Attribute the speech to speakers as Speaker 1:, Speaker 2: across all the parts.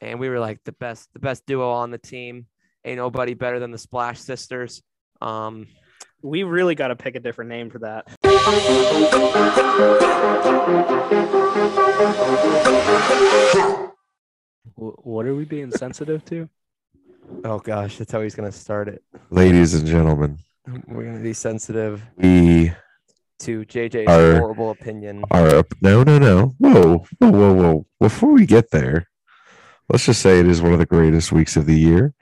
Speaker 1: and we were like the best, the best duo on the team. Ain't nobody better than the Splash Sisters. Um,
Speaker 2: We really got to pick a different name for that.
Speaker 3: Wh- What are we being sensitive to?
Speaker 1: oh gosh, that's how he's gonna start it.
Speaker 4: Ladies and gentlemen,
Speaker 1: We're gonna be sensitive
Speaker 4: we
Speaker 1: to JJ's
Speaker 4: Our-
Speaker 1: horrible opinion.
Speaker 4: are up. No, no, no. Whoa, whoa, whoa, whoa. Before we get there, let's just say it is one of the greatest weeks of the year.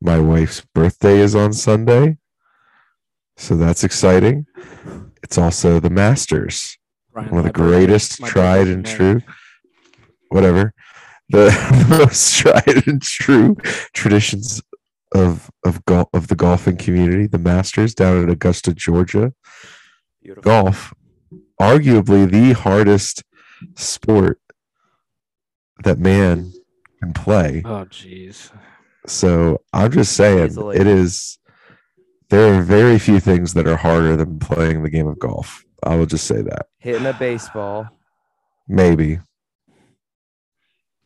Speaker 4: My wife's birthday is on Sunday. So that's exciting. It's also the Masters.
Speaker 3: Brian,
Speaker 4: one of
Speaker 3: my
Speaker 4: the
Speaker 3: birthday-
Speaker 4: greatest
Speaker 3: my
Speaker 4: tried
Speaker 3: birthday's
Speaker 4: and
Speaker 3: May.
Speaker 4: true whatever the most tried and true traditions of of golf of the golfing community the masters down in augusta georgia
Speaker 1: Beautiful.
Speaker 4: golf arguably the hardest sport that man can play
Speaker 3: Oh, jeez.
Speaker 4: so i'm just saying
Speaker 1: Easily.
Speaker 4: it is there are very few things that are harder than playing the game of golf i will just say that
Speaker 1: Hitting a baseball.
Speaker 4: maybe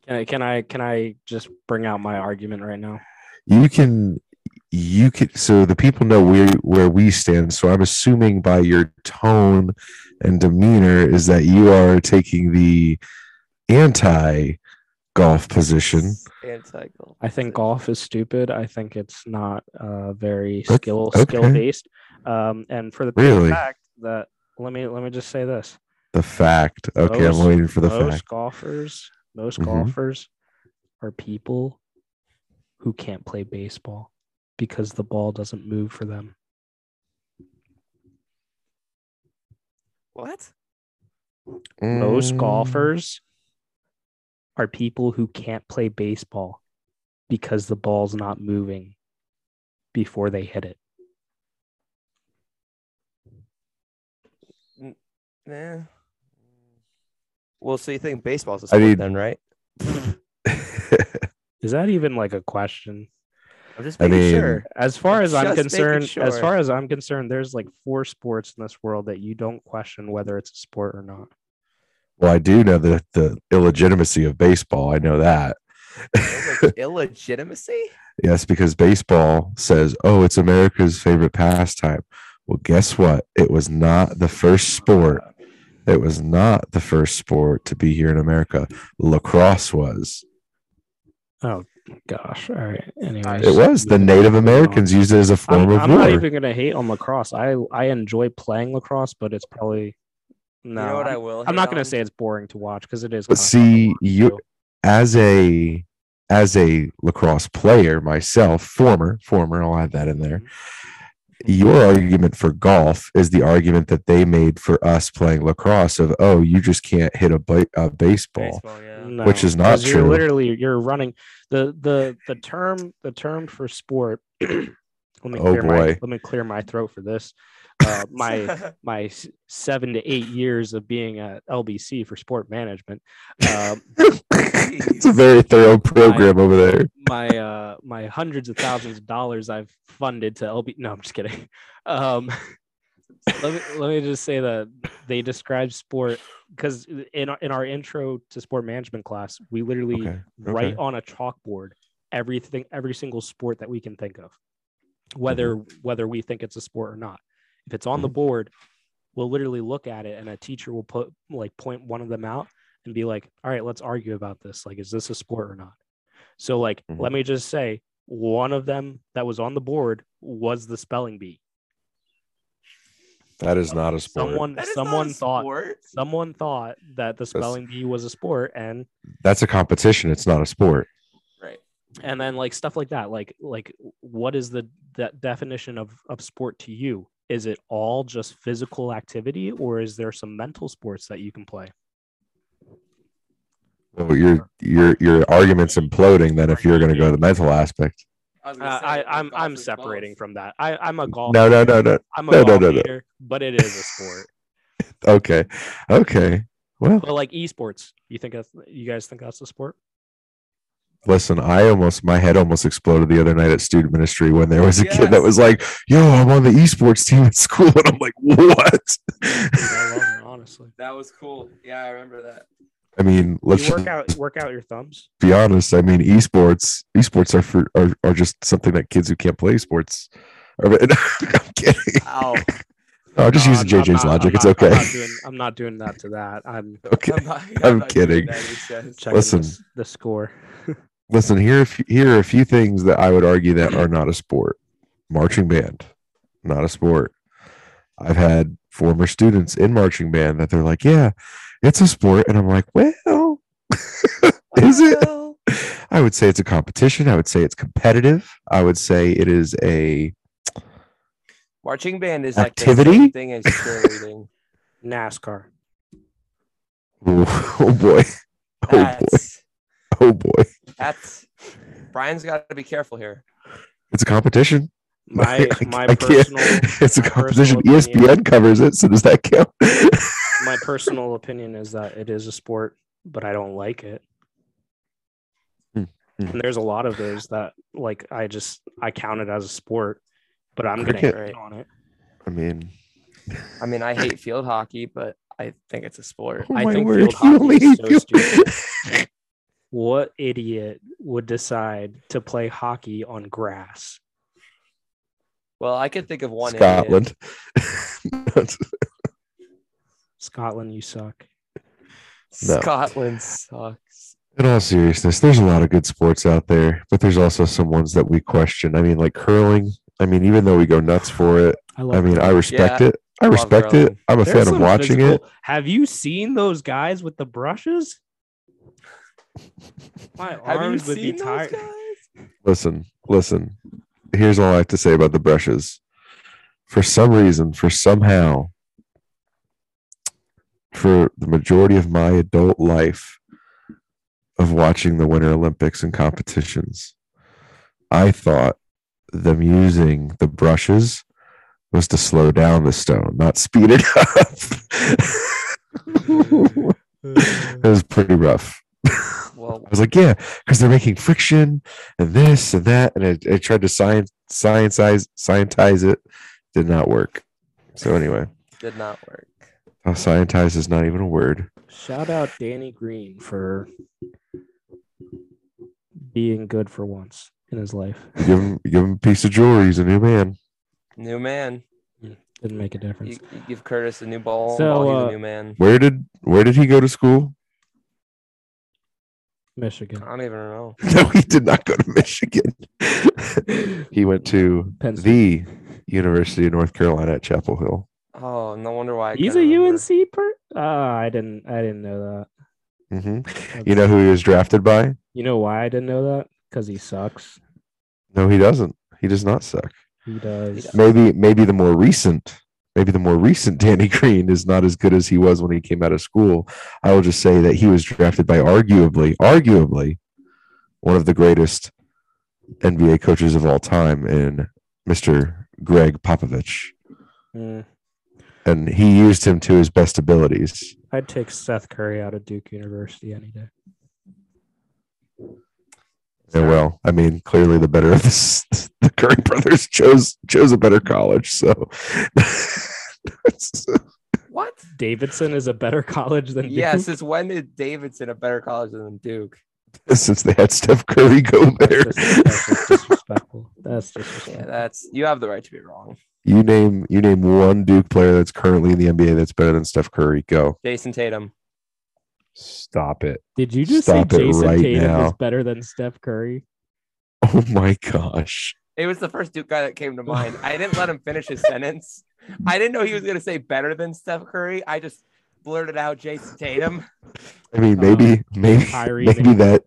Speaker 3: Can I, can I can I just bring out my argument right now?
Speaker 4: you can you can so the people know where where we stand so i'm assuming by your tone and demeanor is that you are taking the anti golf position
Speaker 1: Anti-golf.
Speaker 3: I think golf is stupid. I think it's not uh, very
Speaker 4: Ok-
Speaker 3: skill
Speaker 4: okay.
Speaker 3: skill based. Um, and for the
Speaker 4: Really?
Speaker 3: fact that let me let me just say this:
Speaker 4: the fact okay
Speaker 3: Most-
Speaker 4: i'm waiting for the
Speaker 3: most
Speaker 4: fact
Speaker 3: golfers, most
Speaker 4: Mhm.
Speaker 3: golfers are people who can't play baseball because the ball doesn't move for them.
Speaker 1: What?
Speaker 3: Most
Speaker 4: Mm,
Speaker 3: golfers are people who can't play baseball because the ball's not moving before they hit it.
Speaker 1: Nah. Well, so you think baseball's a
Speaker 4: I
Speaker 1: sport
Speaker 4: mean-
Speaker 1: then, right?
Speaker 3: Is that even like a question?
Speaker 1: I'm just
Speaker 4: I
Speaker 1: making
Speaker 4: mean-
Speaker 1: sure.
Speaker 3: As far as I'm
Speaker 1: Just making
Speaker 3: concerned, as
Speaker 1: sure.
Speaker 3: far as I'm concerned, there's like four sports in this world that you don't question whether it's a sport or not.
Speaker 4: well i do know the the illegitimacy of baseball i know that
Speaker 1: Illeg- Illegitimacy?
Speaker 4: Yes, because baseball says, oh, it's America's favorite pastime. Well, guess what? It was not the first sport. It was not the first sport to be here in America. Lacrosse was.
Speaker 3: Gosh. All right. Anyways,
Speaker 4: It was. The Native Americans used it as a
Speaker 3: I'm,
Speaker 4: form of
Speaker 3: I'm not
Speaker 4: war.
Speaker 3: even gonna hate on lacrosse. I I enjoy playing lacrosse, but it's probably no.
Speaker 1: you know what I
Speaker 3: I'm,
Speaker 1: will.
Speaker 3: I'm
Speaker 1: hit
Speaker 3: not gonna
Speaker 1: on?
Speaker 3: say it's boring to watch because it is.
Speaker 4: But
Speaker 3: kinda
Speaker 4: see,
Speaker 3: boring to
Speaker 4: you-
Speaker 3: do.
Speaker 4: As a as a lacrosse player myself, former, former, I'll add that in there.
Speaker 3: Mm-hmm.
Speaker 4: Your argument for golf is the argument that they made for us playing lacrosse of, oh, you just can't hit a, ba- a baseball.
Speaker 1: Baseball, yeah.
Speaker 3: No,
Speaker 4: which is not
Speaker 3: 'cause you're
Speaker 4: true.
Speaker 3: Literally, you're running the the the term the term for sport. let me
Speaker 4: Oh,
Speaker 3: clear my
Speaker 4: boy.
Speaker 3: let me clear my throat for this. Uh, my my s- seven to eight years of being at LBC for sport management. Um,
Speaker 4: it's a very thorough program over there.
Speaker 3: my uh, my hundreds of thousands of dollars I've funded to LB. No, I'm just kidding. Um, let me let me just say that they describe sport because in our, in our intro to sport management class, we literally
Speaker 4: Okay.
Speaker 3: write
Speaker 4: okay.
Speaker 3: on a chalkboard everything every single sport that we can think of, whether whether we think it's a sport or not. If it's on the board, we'll literally look at it, and a teacher will put like point one of them out and be like, "All right, let's argue about this. Like, is this a sport or not?" So, like,
Speaker 4: Mhm.
Speaker 3: let me just say, one of them that was on the board was the spelling bee.
Speaker 4: That is not a sport.
Speaker 3: Someone
Speaker 1: That is not a
Speaker 3: someone thought
Speaker 1: sport.
Speaker 3: someone thought that the spelling bee was a sport, and
Speaker 4: That's a competition. It's not a sport.
Speaker 1: Right.
Speaker 3: and then like stuff like that like like what is the that definition of of sport to you is it all just physical activity or is there some mental sports that you can play
Speaker 4: Well, your your your argument's imploding. Then if you're going to go to the mental aspect,
Speaker 1: I was gonna
Speaker 3: uh,
Speaker 1: say,
Speaker 3: i
Speaker 1: it
Speaker 3: i'm i'm
Speaker 1: crosses
Speaker 3: separating
Speaker 1: both.
Speaker 3: from that i i'm a golf
Speaker 4: no, no, no, no.
Speaker 3: i'm a
Speaker 4: no, no,
Speaker 3: golf
Speaker 4: no, no.
Speaker 3: hater, but it is a sport
Speaker 4: Okay, okay. Well,
Speaker 3: but like esports you think that's you guys think that's a sport
Speaker 4: listen. I almost my head almost exploded the other night at student ministry when there was a kid that
Speaker 1: Yes.
Speaker 4: was like, "Yo, I'm on the esports team at school," and I'm like, "What?"
Speaker 3: I love it, honestly
Speaker 1: That was cool. Yeah, I remember that.
Speaker 4: I mean, let's
Speaker 3: you
Speaker 4: just
Speaker 3: work out work out your thumbs.
Speaker 4: be honest. I mean, esports esports are for are, are just something that kids who can't play sports. Are, I'm kidding.
Speaker 1: Ow.
Speaker 4: No, I'm just
Speaker 3: No,
Speaker 4: using
Speaker 3: I'm- I'm
Speaker 4: JJ's
Speaker 3: not- I'm
Speaker 4: logic. It's
Speaker 3: not- I'm
Speaker 4: okay.
Speaker 3: not, doing, I'm not doing that to that. I'm
Speaker 4: Okay.
Speaker 1: I'm, not-
Speaker 4: I'm
Speaker 1: not doing
Speaker 4: kidding.
Speaker 1: that, he says.
Speaker 3: checking
Speaker 4: Listen.
Speaker 3: this- the score.
Speaker 4: Listen, here are a few, here are a few things that I would argue that are not a sport. Marching band, not a sport. I've had former students in marching band that they're like, "Yeah, it's a sport," and I'm like, "Well, is it?"
Speaker 1: Well,
Speaker 4: I would say it's a competition. I would say it's competitive. I would say it is a
Speaker 1: Marching band is like The
Speaker 4: Activity?
Speaker 1: same thing as cheerleading.
Speaker 3: NASCAR.
Speaker 4: oh boy, oh boy,
Speaker 1: That's,
Speaker 4: oh boy.
Speaker 1: that's Brian's got to be careful here.
Speaker 4: It's a competition.
Speaker 3: My
Speaker 4: I-
Speaker 3: my
Speaker 4: I can't-
Speaker 3: personal
Speaker 4: It's a
Speaker 3: my personal
Speaker 4: competition. E
Speaker 3: opinion-
Speaker 4: ESPN covers it, so does that count?
Speaker 3: my personal opinion is that it is a sport, but I don't like it.
Speaker 4: Hmm, hmm.
Speaker 3: And there's a lot of those that like I just I count it as a sport, but I'm
Speaker 4: Cricket.
Speaker 3: gonna hate on it.
Speaker 4: I mean,
Speaker 1: I mean, I hate field hockey, but I think it's a sport.
Speaker 4: oh
Speaker 3: I
Speaker 4: my
Speaker 3: think
Speaker 4: word,
Speaker 3: field
Speaker 4: you
Speaker 3: hockey
Speaker 4: only
Speaker 3: is
Speaker 4: hate
Speaker 3: so
Speaker 4: field-
Speaker 3: stupid. What idiot would decide to play hockey on grass?
Speaker 1: Well, I could think of one. idiot.
Speaker 4: Scotland.
Speaker 3: Scotland, you suck.
Speaker 4: No.
Speaker 1: Scotland sucks.
Speaker 4: In all seriousness, there's a lot of good sports out there, but there's also some ones that we question. I mean, like curling. I mean, even though we go nuts for it,
Speaker 3: I love
Speaker 4: I mean, I respect
Speaker 1: Yeah,
Speaker 4: it. I
Speaker 1: love
Speaker 4: respect it.
Speaker 1: curling.
Speaker 4: I'm a
Speaker 3: There's
Speaker 4: fan of
Speaker 3: some
Speaker 4: watching it.
Speaker 3: physical- Have you seen those guys with the brushes? My
Speaker 1: Have you
Speaker 3: arms would be
Speaker 1: seen those
Speaker 3: tired.
Speaker 1: guys?
Speaker 4: Listen, listen. Here's all I have to say about the brushes. For some reason, for somehow, for the majority of my adult life of watching the Winter Olympics and competitions, I thought them using the brushes was to slow down the stone, not speed it up. it was pretty rough.
Speaker 1: Well,
Speaker 4: I was like, yeah, because they're making friction and this and that, and I, I tried to science scienceize scientize it, did not work. So anyway,
Speaker 1: did not work.
Speaker 4: uh, scientize is not even a word.
Speaker 3: Shout out Danny Green for being good for once in his life.
Speaker 4: Give him, give him a piece of jewelry. He's a new man.
Speaker 1: New man.
Speaker 3: Didn't make a
Speaker 1: You,
Speaker 3: difference.
Speaker 1: you give Curtis a new ball.
Speaker 3: So,
Speaker 1: while he's
Speaker 3: uh,
Speaker 1: a new man.
Speaker 4: Where did where did he go to school?
Speaker 3: Michigan,
Speaker 1: I don't even know.
Speaker 4: No, he did not go to Michigan. he went to
Speaker 3: Penn State.
Speaker 4: the University of North Carolina at Chapel Hill.
Speaker 1: Oh, no wonder why. I
Speaker 3: He's a
Speaker 1: couldn't remember.
Speaker 3: UNC per. Ah, I didn't. I didn't know
Speaker 4: hmm
Speaker 3: that.
Speaker 4: You know who he was drafted by?
Speaker 3: You know why I didn't know that? Because he sucks.
Speaker 4: No, he doesn't. He does not suck.
Speaker 3: He does.
Speaker 4: maybe maybe the more recent maybe the more recent Danny Green is not as good as he was when he came out of school. I will just say that he was drafted by arguably arguably one of the greatest NBA coaches of all time in Mr. Greg Popovich
Speaker 3: Mm.
Speaker 4: and he used him to his best abilities.
Speaker 3: I'd take Seth Curry out of Duke University any day.
Speaker 4: And well, I mean, clearly the better of this, the Curry brothers chose chose a better college, so
Speaker 1: What?
Speaker 3: Davidson is a better college than Duke.
Speaker 1: Yeah, since when is Davidson a better college than Duke?
Speaker 4: since they had Steph Curry go
Speaker 3: That's,
Speaker 4: there.
Speaker 3: just, that's just disrespectful. That's
Speaker 1: Yeah,
Speaker 3: disrespectful.
Speaker 1: that's you have the right to be wrong.
Speaker 4: You name you name one Duke player that's currently in the NBA that's better than Steph Curry. Go.
Speaker 1: Jason Tatum.
Speaker 4: Stop it.
Speaker 3: Did you just
Speaker 4: Stop it
Speaker 3: say Jason
Speaker 4: right
Speaker 3: Tatum
Speaker 4: now.
Speaker 3: is better than Steph Curry?
Speaker 4: Oh my gosh.
Speaker 1: It was the first Duke guy that came to mind. I didn't let him finish his sentence. I didn't know he was gonna say better than Steph Curry. I just blurted out Jason Tatum.
Speaker 4: I mean, maybe maybe
Speaker 3: Kyrie,
Speaker 4: maybe
Speaker 3: maybe.
Speaker 4: that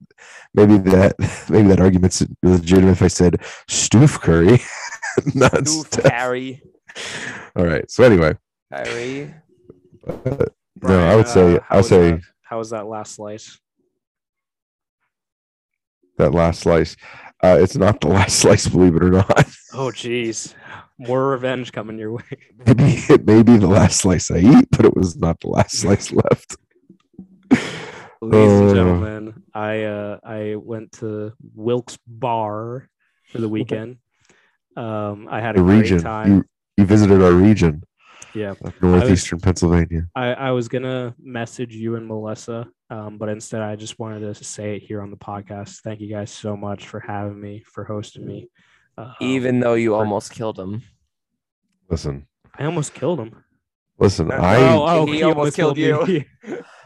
Speaker 4: maybe that maybe that argument's legitimate if I said Stoof Curry, not
Speaker 1: Oof,
Speaker 4: Steph.
Speaker 1: Harry.
Speaker 4: All right. So anyway,
Speaker 1: Harry.
Speaker 4: uh, no, I would say I would say that?
Speaker 3: how was that last slice?
Speaker 4: last slice. Uh, it's not the last slice, believe it or not.
Speaker 3: Oh, jeez, more revenge coming your way.
Speaker 4: Maybe it may be the last slice I eat, but it was not the last slice left.
Speaker 3: Ladies and
Speaker 4: Oh.
Speaker 3: gentlemen, I uh, I went to Wilkes Bar for the weekend. Um, I had a
Speaker 4: The
Speaker 3: great
Speaker 4: region.
Speaker 3: time.
Speaker 4: You, you visited our region.
Speaker 3: Yeah.
Speaker 4: of northeastern Pennsylvania.
Speaker 3: I, I was gonna message you and Melissa, um, but instead I just wanted to say it here on the podcast. Thank you guys so much for having me, for hosting me. Uh,
Speaker 1: Even though you almost killed him.
Speaker 4: Listen,
Speaker 3: I almost killed him.
Speaker 4: listen,
Speaker 1: Oh,
Speaker 4: I
Speaker 1: he almost killed
Speaker 3: me.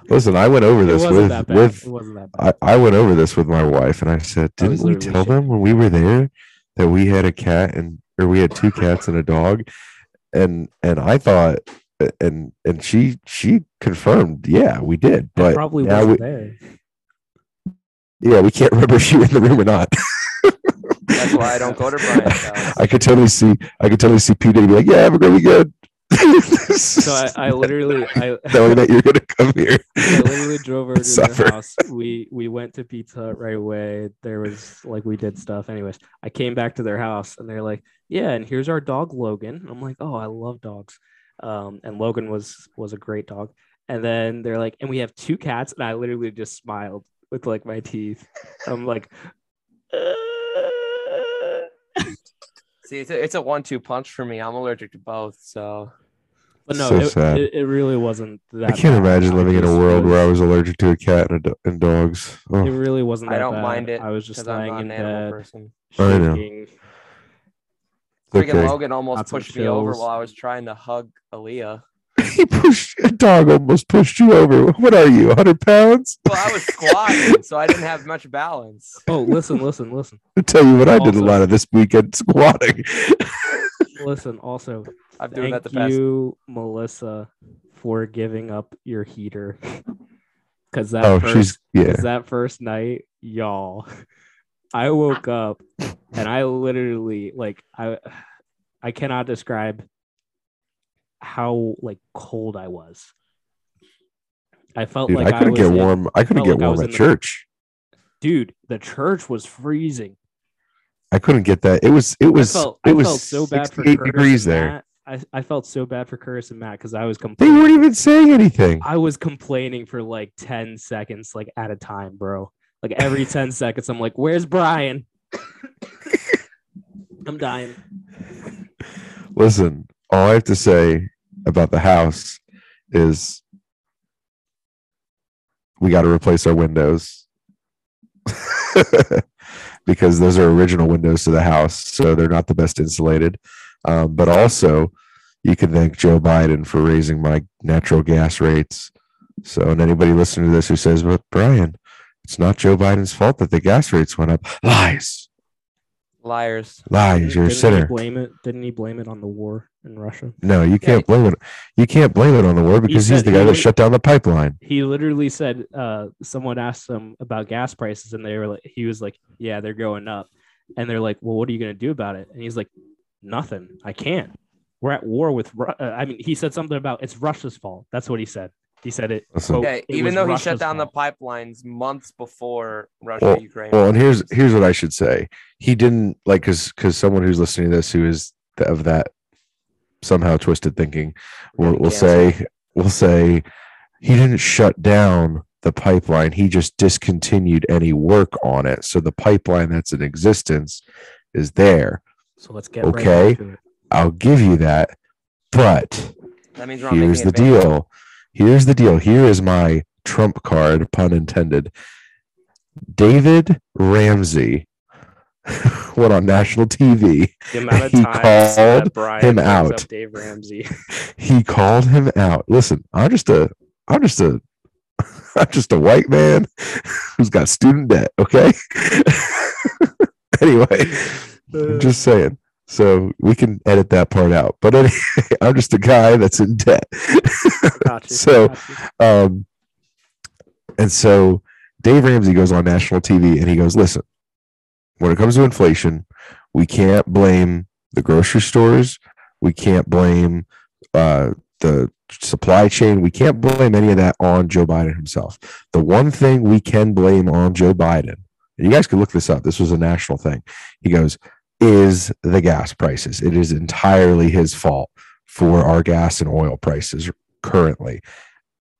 Speaker 4: listen. I went over
Speaker 3: it
Speaker 4: this
Speaker 3: wasn't
Speaker 4: with
Speaker 3: that bad.
Speaker 4: with
Speaker 3: it wasn't that bad.
Speaker 4: I, I went over this with my wife, and I said,
Speaker 3: I was
Speaker 4: didn't we
Speaker 3: literally
Speaker 4: tell them when we were there that we had a cat and or we had two cats and a dog, and and I thought and and she she confirmed, yeah, we did,
Speaker 3: I
Speaker 4: but
Speaker 3: probably
Speaker 4: now
Speaker 3: wasn't
Speaker 4: we-
Speaker 3: there.
Speaker 4: Yeah, we can't remember if you were in the room or not.
Speaker 1: That's why I don't go to Brian's house.
Speaker 4: I could totally see. I could totally see Peter be like, "Yeah, have a great weekend."
Speaker 3: So I, I literally I
Speaker 4: knowing that you're gonna come here.
Speaker 3: I literally drove over to
Speaker 4: Suffer.
Speaker 3: their house. We we went to Pizza Hut right away. There was like we did stuff. Anyways, I came back to their house and they're like, "Yeah, and here's our dog Logan." I'm like, "Oh, I love dogs." Um, and Logan was was a great dog. And then they're like, "And we have two cats." And I literally just smiled with like my teeth. I'm like, "Uh."
Speaker 1: See, it's a, it's a one-two punch for me. I'm allergic to both, so
Speaker 3: but no,
Speaker 4: So
Speaker 3: it,
Speaker 4: sad.
Speaker 3: It, it really wasn't that.
Speaker 4: I can't
Speaker 3: bad.
Speaker 4: imagine
Speaker 3: I
Speaker 4: living in a
Speaker 3: just
Speaker 4: world
Speaker 3: was-
Speaker 4: where I was allergic to a cat and, a do- and dogs.
Speaker 3: It
Speaker 4: Oh,
Speaker 3: really wasn't.
Speaker 1: I
Speaker 3: that
Speaker 1: don't
Speaker 3: bad.
Speaker 1: mind it
Speaker 3: I was just
Speaker 1: because I'm
Speaker 3: lying
Speaker 1: not
Speaker 3: in
Speaker 1: an animal
Speaker 3: bed,
Speaker 1: person.
Speaker 4: I know.
Speaker 3: shaking.
Speaker 1: Freaking
Speaker 4: okay.
Speaker 1: Logan almost
Speaker 3: Lots of
Speaker 1: pushed me over
Speaker 3: chills.
Speaker 1: while I was trying to hug Aaliyah.
Speaker 4: he pushed a dog almost pushed you over. What are you, 100 pounds?
Speaker 1: Well, I was squatting, so I didn't have much balance.
Speaker 3: Oh, listen, listen, listen,
Speaker 4: I tell you what, I did a
Speaker 3: Also-
Speaker 4: lot of this weekend squatting.
Speaker 3: listen. Also,
Speaker 1: I'm doing
Speaker 3: thank
Speaker 1: that the past.
Speaker 3: you, Melissa, for giving up your heater. Because that
Speaker 4: oh, she's
Speaker 3: first,
Speaker 4: yeah.
Speaker 3: 'cause that first night, y'all, I woke up and I literally like I, I cannot describe how like cold I was. I felt
Speaker 4: Dude,
Speaker 3: like
Speaker 4: I couldn't
Speaker 3: was
Speaker 4: get
Speaker 3: in-
Speaker 4: warm. I couldn't
Speaker 3: felt
Speaker 4: get
Speaker 3: like I
Speaker 4: warm
Speaker 3: was
Speaker 4: at
Speaker 3: in the-
Speaker 4: church.
Speaker 3: dude. The church was freezing.
Speaker 4: I couldn't get that. It was it was
Speaker 3: I felt,
Speaker 4: it
Speaker 3: I
Speaker 4: was
Speaker 3: felt so bad for
Speaker 4: 68
Speaker 3: Curtis
Speaker 4: degrees
Speaker 3: and
Speaker 4: there.
Speaker 3: Matt. I, I felt so bad for Curtis and Matt because I was
Speaker 4: They
Speaker 3: complaining.
Speaker 4: weren't even saying anything.
Speaker 3: I was complaining for like 10 seconds, like at a time, bro. Like every 10 seconds, I'm like, where's Brian? I'm dying.
Speaker 4: Listen, all I have to say about the house is we got to replace our windows because those are original windows to the house, so they're not the best insulated. Um, but also, you can thank Joe Biden for raising my natural gas rates. So, and anybody listening to this who says, "But Brian, it's not Joe Biden's fault that the gas rates went up," lies,
Speaker 1: Liars.
Speaker 4: lies. You're a
Speaker 3: he
Speaker 4: sinner.
Speaker 3: blame it? Didn't he blame it on the war in Russia?
Speaker 4: No, you can't blame it. You can't blame it on the war because he's
Speaker 3: said
Speaker 4: the
Speaker 3: he
Speaker 4: guy that
Speaker 3: would-
Speaker 4: shut down the pipeline.
Speaker 3: He literally said, uh, someone asked him about gas prices, and they were like, he was like, yeah, they're going up. And they're like, well, what are you going to do about it? And he's like, nothing. I can't. We're at war with. Ru- uh, I mean, he said something about it's Russia's fault. That's what he said. He said it.
Speaker 4: Listen.
Speaker 3: quote,
Speaker 1: Okay,
Speaker 3: Oh, "It
Speaker 1: even
Speaker 3: was
Speaker 1: though he
Speaker 3: Russia's
Speaker 1: shut down
Speaker 3: fault."
Speaker 1: the pipelines months before Russia Ukraine.
Speaker 4: Well, and here's here's what I should say. He didn't like because because someone who's listening to this who is th- of that somehow twisted thinking will will say will say he didn't shut down the pipeline. He just discontinued any work on it. So the pipeline that's in existence is there.
Speaker 3: So let's get
Speaker 4: Okay.
Speaker 3: Right into it.
Speaker 4: I'll give you that, but.
Speaker 1: that means we're not
Speaker 4: here's
Speaker 1: making
Speaker 4: the
Speaker 1: advances.
Speaker 4: deal. Here's the deal. Here is my trump card, pun intended. David Ramsey went on national TV.
Speaker 2: The amount of
Speaker 4: He
Speaker 2: times
Speaker 4: called
Speaker 2: that Brian
Speaker 4: him
Speaker 2: brings
Speaker 4: out.
Speaker 2: up Dave Ramsey.
Speaker 4: He called him out. Listen, I'm just a, I'm just a, I'm just a white man who's got student debt. Okay. anyway, I'm just saying. So we can edit that part out. But anyway, I'm just a guy that's in debt.
Speaker 3: Got you,
Speaker 4: So-
Speaker 3: got you.
Speaker 4: Um, and so Dave Ramsey goes on national TV and he goes, listen, when it comes to inflation, we can't blame the grocery stores. We can't blame uh, the supply chain. We can't blame any of that on Joe Biden himself. The one thing we can blame on Joe Biden, and you guys could look this up, this was a national thing. He goes, is the gas prices. It is entirely his fault for our gas and oil prices currently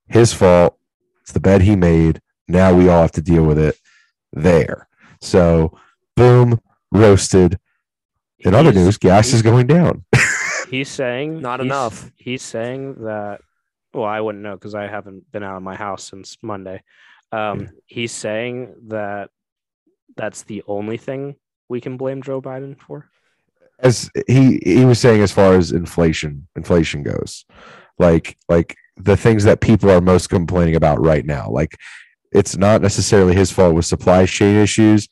Speaker 4: his fault. It's the bed he made. Now we all have to deal with it there. So, boom, roasted. In other
Speaker 3: He's-
Speaker 4: news, gas is going down.
Speaker 3: He's saying
Speaker 1: Not
Speaker 3: he's-
Speaker 1: enough.
Speaker 3: He's saying that. Well, I wouldn't know because I haven't been out of my house since Monday. Um, He's saying that that's the only thing we can blame Joe Biden for.
Speaker 4: as he he was saying as far as inflation inflation goes like like the things that people are most complaining about right now like it's not necessarily his fault with supply chain issues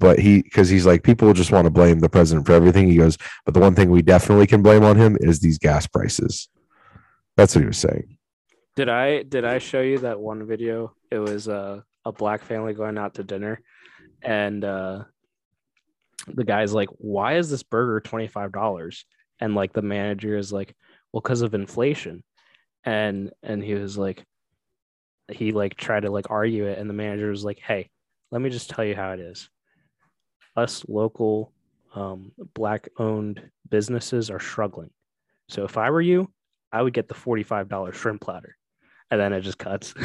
Speaker 4: but he because he's like people just want to blame the president for everything he goes but the one thing we definitely can blame on him is these gas prices that's what he was saying
Speaker 3: Did I did I show you that one video? It was uh, a black family going out to dinner, and uh, the guy's like, "Why is this burger twenty five dollars?" And like the manager is like, "Well, because of inflation," and and he was like, he like tried to like argue it, and the manager was like, "Hey, let me just tell you how it is. Us local um, black owned businesses are struggling. So if I were you, I would get the forty-five dollar shrimp platter, and then it just cuts.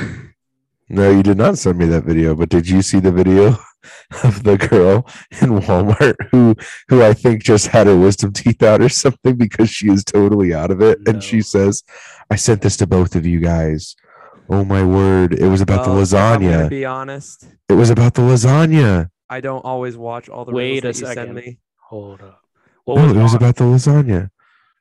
Speaker 4: no you did not send me that video but did you see the video of the girl in walmart who who i think just had her wisdom teeth out or something because she is totally out of it
Speaker 3: No.
Speaker 4: and she says i sent this to both of you guys oh my word it was about
Speaker 1: Well,
Speaker 4: the
Speaker 1: if I'm gonna
Speaker 4: lasagna
Speaker 1: be honest.
Speaker 4: it was about the lasagna
Speaker 1: I don't always watch all the
Speaker 3: Wait
Speaker 1: reels that
Speaker 3: a
Speaker 1: you send
Speaker 3: second.
Speaker 1: me.
Speaker 3: Hold up,
Speaker 1: Oh,
Speaker 3: what
Speaker 4: no,
Speaker 3: was
Speaker 4: it
Speaker 3: it?
Speaker 4: was about the lasagna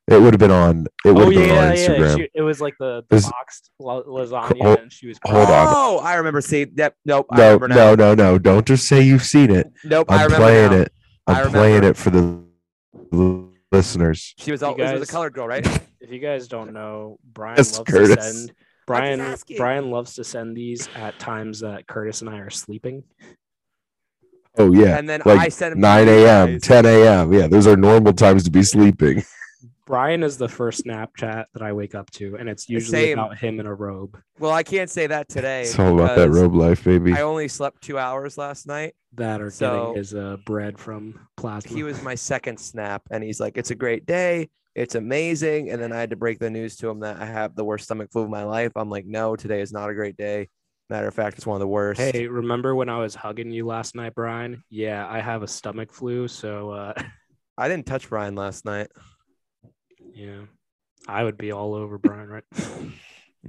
Speaker 4: it would have been on it would
Speaker 3: oh
Speaker 4: have been
Speaker 3: yeah, yeah,
Speaker 4: on instagram
Speaker 3: yeah. She, it was like the, the
Speaker 4: Is-
Speaker 3: boxed la- lasagna,
Speaker 4: Hold-
Speaker 3: and she was
Speaker 4: hold on.
Speaker 1: Oh, I remember. See, yep, nope. I
Speaker 4: no
Speaker 1: remember now.
Speaker 4: no no no don't just say you've seen it
Speaker 1: Nope, I
Speaker 4: i'm
Speaker 1: remember
Speaker 4: playing
Speaker 1: now.
Speaker 4: it
Speaker 1: I
Speaker 4: i'm
Speaker 1: remember.
Speaker 4: playing it for the l- listeners
Speaker 1: She was
Speaker 3: You
Speaker 1: all this was
Speaker 3: guys-
Speaker 1: a colored girl, right?
Speaker 3: If you guys don't know, Brian
Speaker 4: That's
Speaker 3: loves to
Speaker 4: Curtis.
Speaker 3: send Brian
Speaker 1: asking.
Speaker 3: Brian loves to send these at times that Curtis and I are sleeping.
Speaker 4: oh yeah
Speaker 1: and then
Speaker 4: like
Speaker 1: I sent him
Speaker 4: 9 a.m., 10 a.m. Yeah, those are normal times to be sleeping.
Speaker 3: Brian is the first Snapchat that I wake up to, and it's usually
Speaker 1: Same.
Speaker 3: about him in a robe.
Speaker 1: Well, I can't say that today.
Speaker 4: It's all about that
Speaker 1: because
Speaker 4: robe life, baby.
Speaker 1: I only slept two hours last night.
Speaker 3: That are
Speaker 1: So-
Speaker 3: getting his uh, bread from plasma.
Speaker 1: He was my second snap, and he's like, "It's a great day. It's amazing." And then I had to break the news to him that I have the worst stomach flu of my life. I'm like, "No, today is not a great day. Matter of fact, it's one of the worst."
Speaker 3: Hey, remember when I was hugging you last night, Brian? Yeah, I have a stomach flu, so uh,
Speaker 1: I didn't touch Brian last night.
Speaker 3: yeah, I would be all over Brian, right?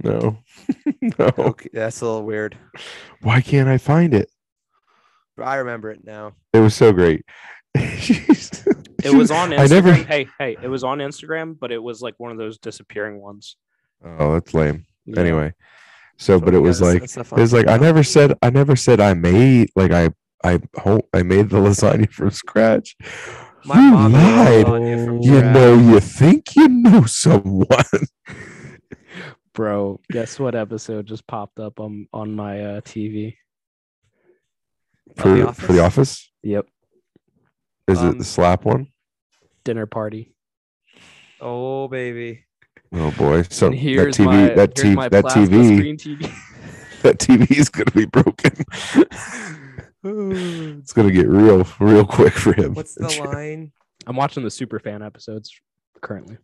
Speaker 4: No. no.
Speaker 1: Okay, that's a little weird.
Speaker 4: Why can't I find it?
Speaker 1: I remember it now.
Speaker 4: It was so great. She's-
Speaker 3: It was on Instagram.
Speaker 4: I never.
Speaker 3: Hey, hey, it was on Instagram, but it was like one of those disappearing ones.
Speaker 4: Oh, that's lame.
Speaker 3: Yeah.
Speaker 4: Anyway, so but it was
Speaker 1: Gotta send
Speaker 4: like it
Speaker 1: stuff on
Speaker 4: was like I
Speaker 1: email.
Speaker 4: never said I never said I made like I I hope I made the lasagna from scratch.
Speaker 1: My
Speaker 4: you
Speaker 1: mom made
Speaker 4: lied.
Speaker 1: lasagna from
Speaker 4: You
Speaker 1: scratch.
Speaker 4: know, you think you know someone.
Speaker 3: Bro, guess what episode just popped up on on my uh, TV?
Speaker 4: for, for
Speaker 1: Office?
Speaker 4: the office.
Speaker 3: Yep,
Speaker 4: Is
Speaker 1: Um,
Speaker 4: it the slap one?
Speaker 3: dinner party.
Speaker 1: Oh baby.
Speaker 4: Oh boy! So that
Speaker 3: And here's
Speaker 4: TV,
Speaker 3: my
Speaker 4: that
Speaker 3: here's
Speaker 4: TV,
Speaker 3: my
Speaker 4: that
Speaker 3: plasma
Speaker 4: TV,
Speaker 3: screen TV.
Speaker 4: that TV is gonna be broken. it's gonna get real, real quick for him.
Speaker 1: What's the line?
Speaker 3: I'm watching the Superfan episodes currently.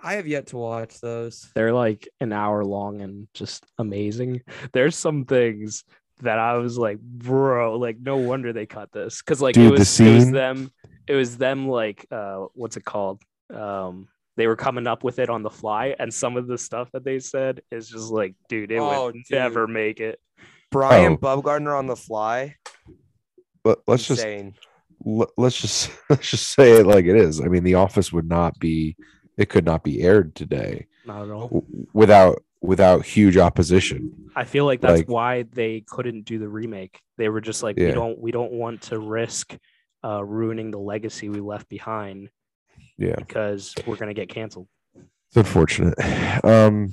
Speaker 1: I have yet to watch those.
Speaker 4: Oh.
Speaker 3: they're like an hour long and just amazing. There's some things that I was like, bro, like no wonder they cut this because like it
Speaker 4: Dude, the
Speaker 3: was it was
Speaker 4: scene-
Speaker 3: them it was them like uh what's it called um they were coming up with it on the fly and some of the stuff that they said is just like dude it
Speaker 1: Oh,
Speaker 3: would
Speaker 1: dude.
Speaker 3: never make it
Speaker 1: Brian
Speaker 4: Oh.
Speaker 1: Bubgardner on the fly.
Speaker 4: Let, let's just
Speaker 1: Insane.
Speaker 4: let, let's just let's just say it like it is. I mean, The Office would not be, it could not be aired today
Speaker 3: not at all.
Speaker 4: w- without without huge opposition.
Speaker 3: I feel like that's
Speaker 4: Like-
Speaker 3: why they couldn't do the remake. They were just like, we
Speaker 4: Yeah.
Speaker 3: don't we don't want to risk uh ruining the legacy we left behind
Speaker 4: Yeah,
Speaker 3: because we're gonna get canceled.
Speaker 4: it's unfortunate. Um,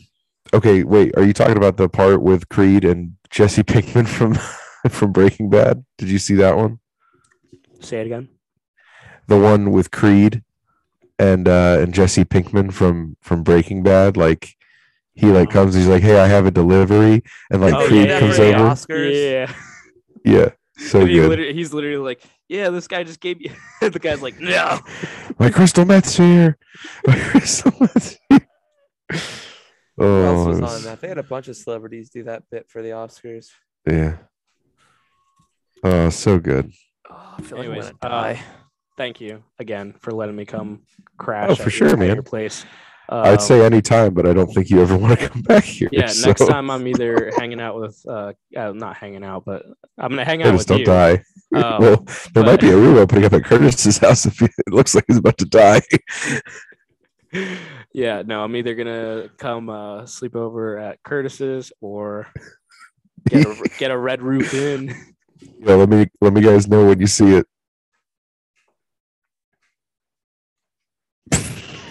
Speaker 4: okay, wait, are you talking about the part with Creed and Jesse Pinkman from from Breaking Bad? Did you see that one?
Speaker 3: Say it again.
Speaker 4: the one with Creed and uh and Jesse Pinkman from from Breaking Bad. Like he like
Speaker 3: Uh-huh.
Speaker 4: comes, he's like, "Hey, I have a delivery," and like
Speaker 1: Oh,
Speaker 4: Creed
Speaker 1: yeah,
Speaker 4: comes
Speaker 1: for the
Speaker 4: over.
Speaker 1: Oscars.
Speaker 3: Yeah.
Speaker 4: Yeah, so
Speaker 3: And he
Speaker 4: good.
Speaker 3: literally, he's literally like, yeah, this guy just gave you. the guy's like, no.
Speaker 4: My crystal meth's here. My crystal meth's here.
Speaker 1: Who else
Speaker 4: Oh,
Speaker 1: was
Speaker 4: it
Speaker 1: on
Speaker 4: was-
Speaker 1: that? They had a bunch of celebrities do that bit for the Oscars.
Speaker 4: yeah. Oh, so good.
Speaker 1: Oh, I feel like
Speaker 3: Anyways,
Speaker 1: I'm gonna
Speaker 3: uh,
Speaker 1: die.
Speaker 3: thank you again for letting me come crash.
Speaker 4: Oh, for
Speaker 3: at your-
Speaker 4: sure,
Speaker 3: at
Speaker 4: man.
Speaker 3: Your place. Um,
Speaker 4: I'd say any time, but I don't think you ever want to come back here.
Speaker 3: yeah.
Speaker 4: so
Speaker 3: Next time I'm either hanging out with, uh, uh, not hanging out, but I'm gonna hang
Speaker 4: I
Speaker 3: out
Speaker 4: just
Speaker 3: with
Speaker 4: don't
Speaker 3: you.
Speaker 4: die.
Speaker 3: Um,
Speaker 4: well, there
Speaker 3: but-
Speaker 4: might be a room opening up at Curtis's house if it looks like he's about to die.
Speaker 3: yeah, no, I'm either gonna come uh, sleep over at Curtis's or get a, get a red roof in.
Speaker 4: Yeah, let me let me guys know when you see it.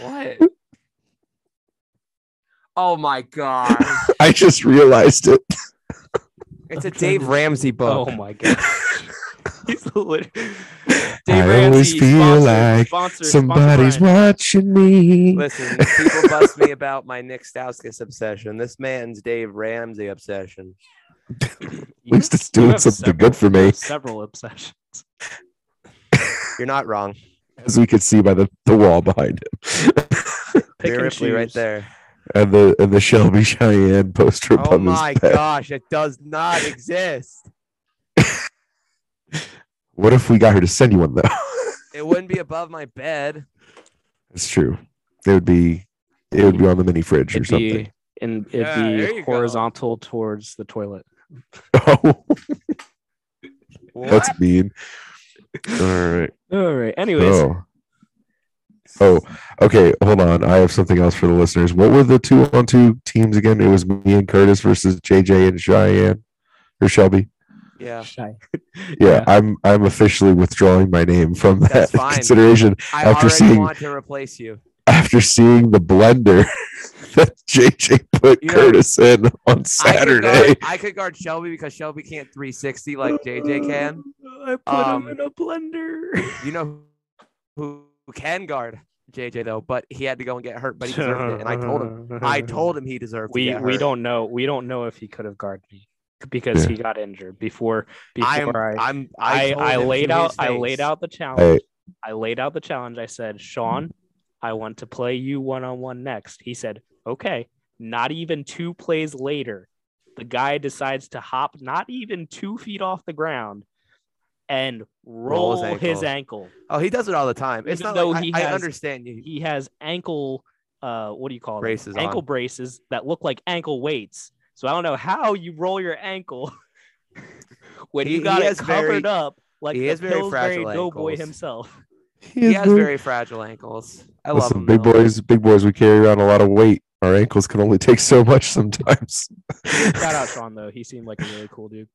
Speaker 1: What? oh my god!
Speaker 4: I just realized it.
Speaker 1: It's a
Speaker 5: I'm trying
Speaker 1: Dave
Speaker 5: to-
Speaker 1: Ramsey book.
Speaker 5: Oh my god.
Speaker 3: He's literally
Speaker 4: I always feel like
Speaker 3: sponsor,
Speaker 4: Somebody's
Speaker 3: sponsor
Speaker 4: watching me.
Speaker 1: Listen, people bust me about my Nick Stauskas obsession. This man's Dave Ramsey obsession.
Speaker 4: At least it's doing something good for me,
Speaker 5: Several obsessions.
Speaker 1: You're not wrong.
Speaker 4: as we could see by the, the wall behind him.
Speaker 3: Pick
Speaker 1: Rhea
Speaker 3: and
Speaker 1: Ripley right
Speaker 3: choose.
Speaker 1: there.
Speaker 4: and the and the Shelby Cheyenne poster
Speaker 1: Oh
Speaker 4: above
Speaker 1: my
Speaker 4: his bed.
Speaker 1: gosh, it does not exist.
Speaker 4: What if we got her to send you one though?
Speaker 1: It wouldn't be above my bed.
Speaker 4: That's true. It would be it would be on the mini fridge or
Speaker 3: It'd
Speaker 4: something.
Speaker 3: be, and it'd
Speaker 1: Yeah, there
Speaker 3: be
Speaker 1: you go.
Speaker 3: horizontal towards the toilet.
Speaker 4: Oh,
Speaker 1: What?
Speaker 4: that's mean. All right.
Speaker 3: All right. Anyways,
Speaker 4: Oh. Oh, okay. Hold on. I have something else for the listeners. What were the two on two teams again? It was me and Curtis versus JJ and Cheyenne or Shelby.
Speaker 1: Yeah,
Speaker 5: Shy.
Speaker 4: Yeah, I'm I'm officially withdrawing my name from that
Speaker 1: That's fine.
Speaker 4: consideration
Speaker 1: I
Speaker 4: After
Speaker 1: already
Speaker 4: seeing-
Speaker 1: want to replace you.
Speaker 4: after seeing the blender that JJ put
Speaker 1: You know,
Speaker 4: Curtis in on
Speaker 1: I uh, could,
Speaker 4: Saturday.
Speaker 1: guard, I could guard Shelby because Shelby can't 360 like JJ can.
Speaker 5: I put
Speaker 1: Um,
Speaker 5: him in a blender.
Speaker 1: You know who who can guard JJ though, but he had to go and get hurt, but he deserved it. And I told him, I told him he deserved. to
Speaker 3: we
Speaker 1: get
Speaker 3: we
Speaker 1: hurt.
Speaker 3: don't know. We don't know if he could have guarded me because
Speaker 4: Yeah.
Speaker 3: he got injured before
Speaker 1: I'm,
Speaker 3: before I
Speaker 1: I'm, I,
Speaker 3: I,
Speaker 1: told
Speaker 3: I
Speaker 1: him to
Speaker 3: laid
Speaker 1: his
Speaker 3: out I
Speaker 1: face.
Speaker 3: laid out the challenge. I laid out the challenge. I said, Sean, I want to play you one on one next. He said, Okay. Not even two plays later, the guy decides to hop not even two feet off the ground and
Speaker 1: Roll
Speaker 3: roll,
Speaker 1: his
Speaker 3: his ankle.
Speaker 1: Oh, he does it all the time. It's
Speaker 3: Even
Speaker 1: not
Speaker 3: though
Speaker 1: like,
Speaker 3: he
Speaker 1: I, I
Speaker 3: has-
Speaker 1: understand you.
Speaker 3: He has ankle uh what do you call it?
Speaker 1: Braces
Speaker 3: ankle
Speaker 1: on.
Speaker 3: braces that look like ankle weights. So I don't know how you roll your ankle when
Speaker 1: He-
Speaker 3: you got
Speaker 1: he
Speaker 3: it
Speaker 1: has
Speaker 3: covered
Speaker 1: very-
Speaker 3: up like
Speaker 1: he
Speaker 3: the
Speaker 1: has very
Speaker 3: Pillsbury
Speaker 1: fragile
Speaker 3: Doughboy
Speaker 1: ankles.
Speaker 3: himself.
Speaker 1: He has very fragile ankles. I love
Speaker 4: Listen,
Speaker 1: him.
Speaker 4: big
Speaker 1: though.
Speaker 4: boys, big boys, we carry around a lot of weight. Our ankles can only take so much sometimes.
Speaker 3: Shout out Sean though. He seemed like a really cool dude.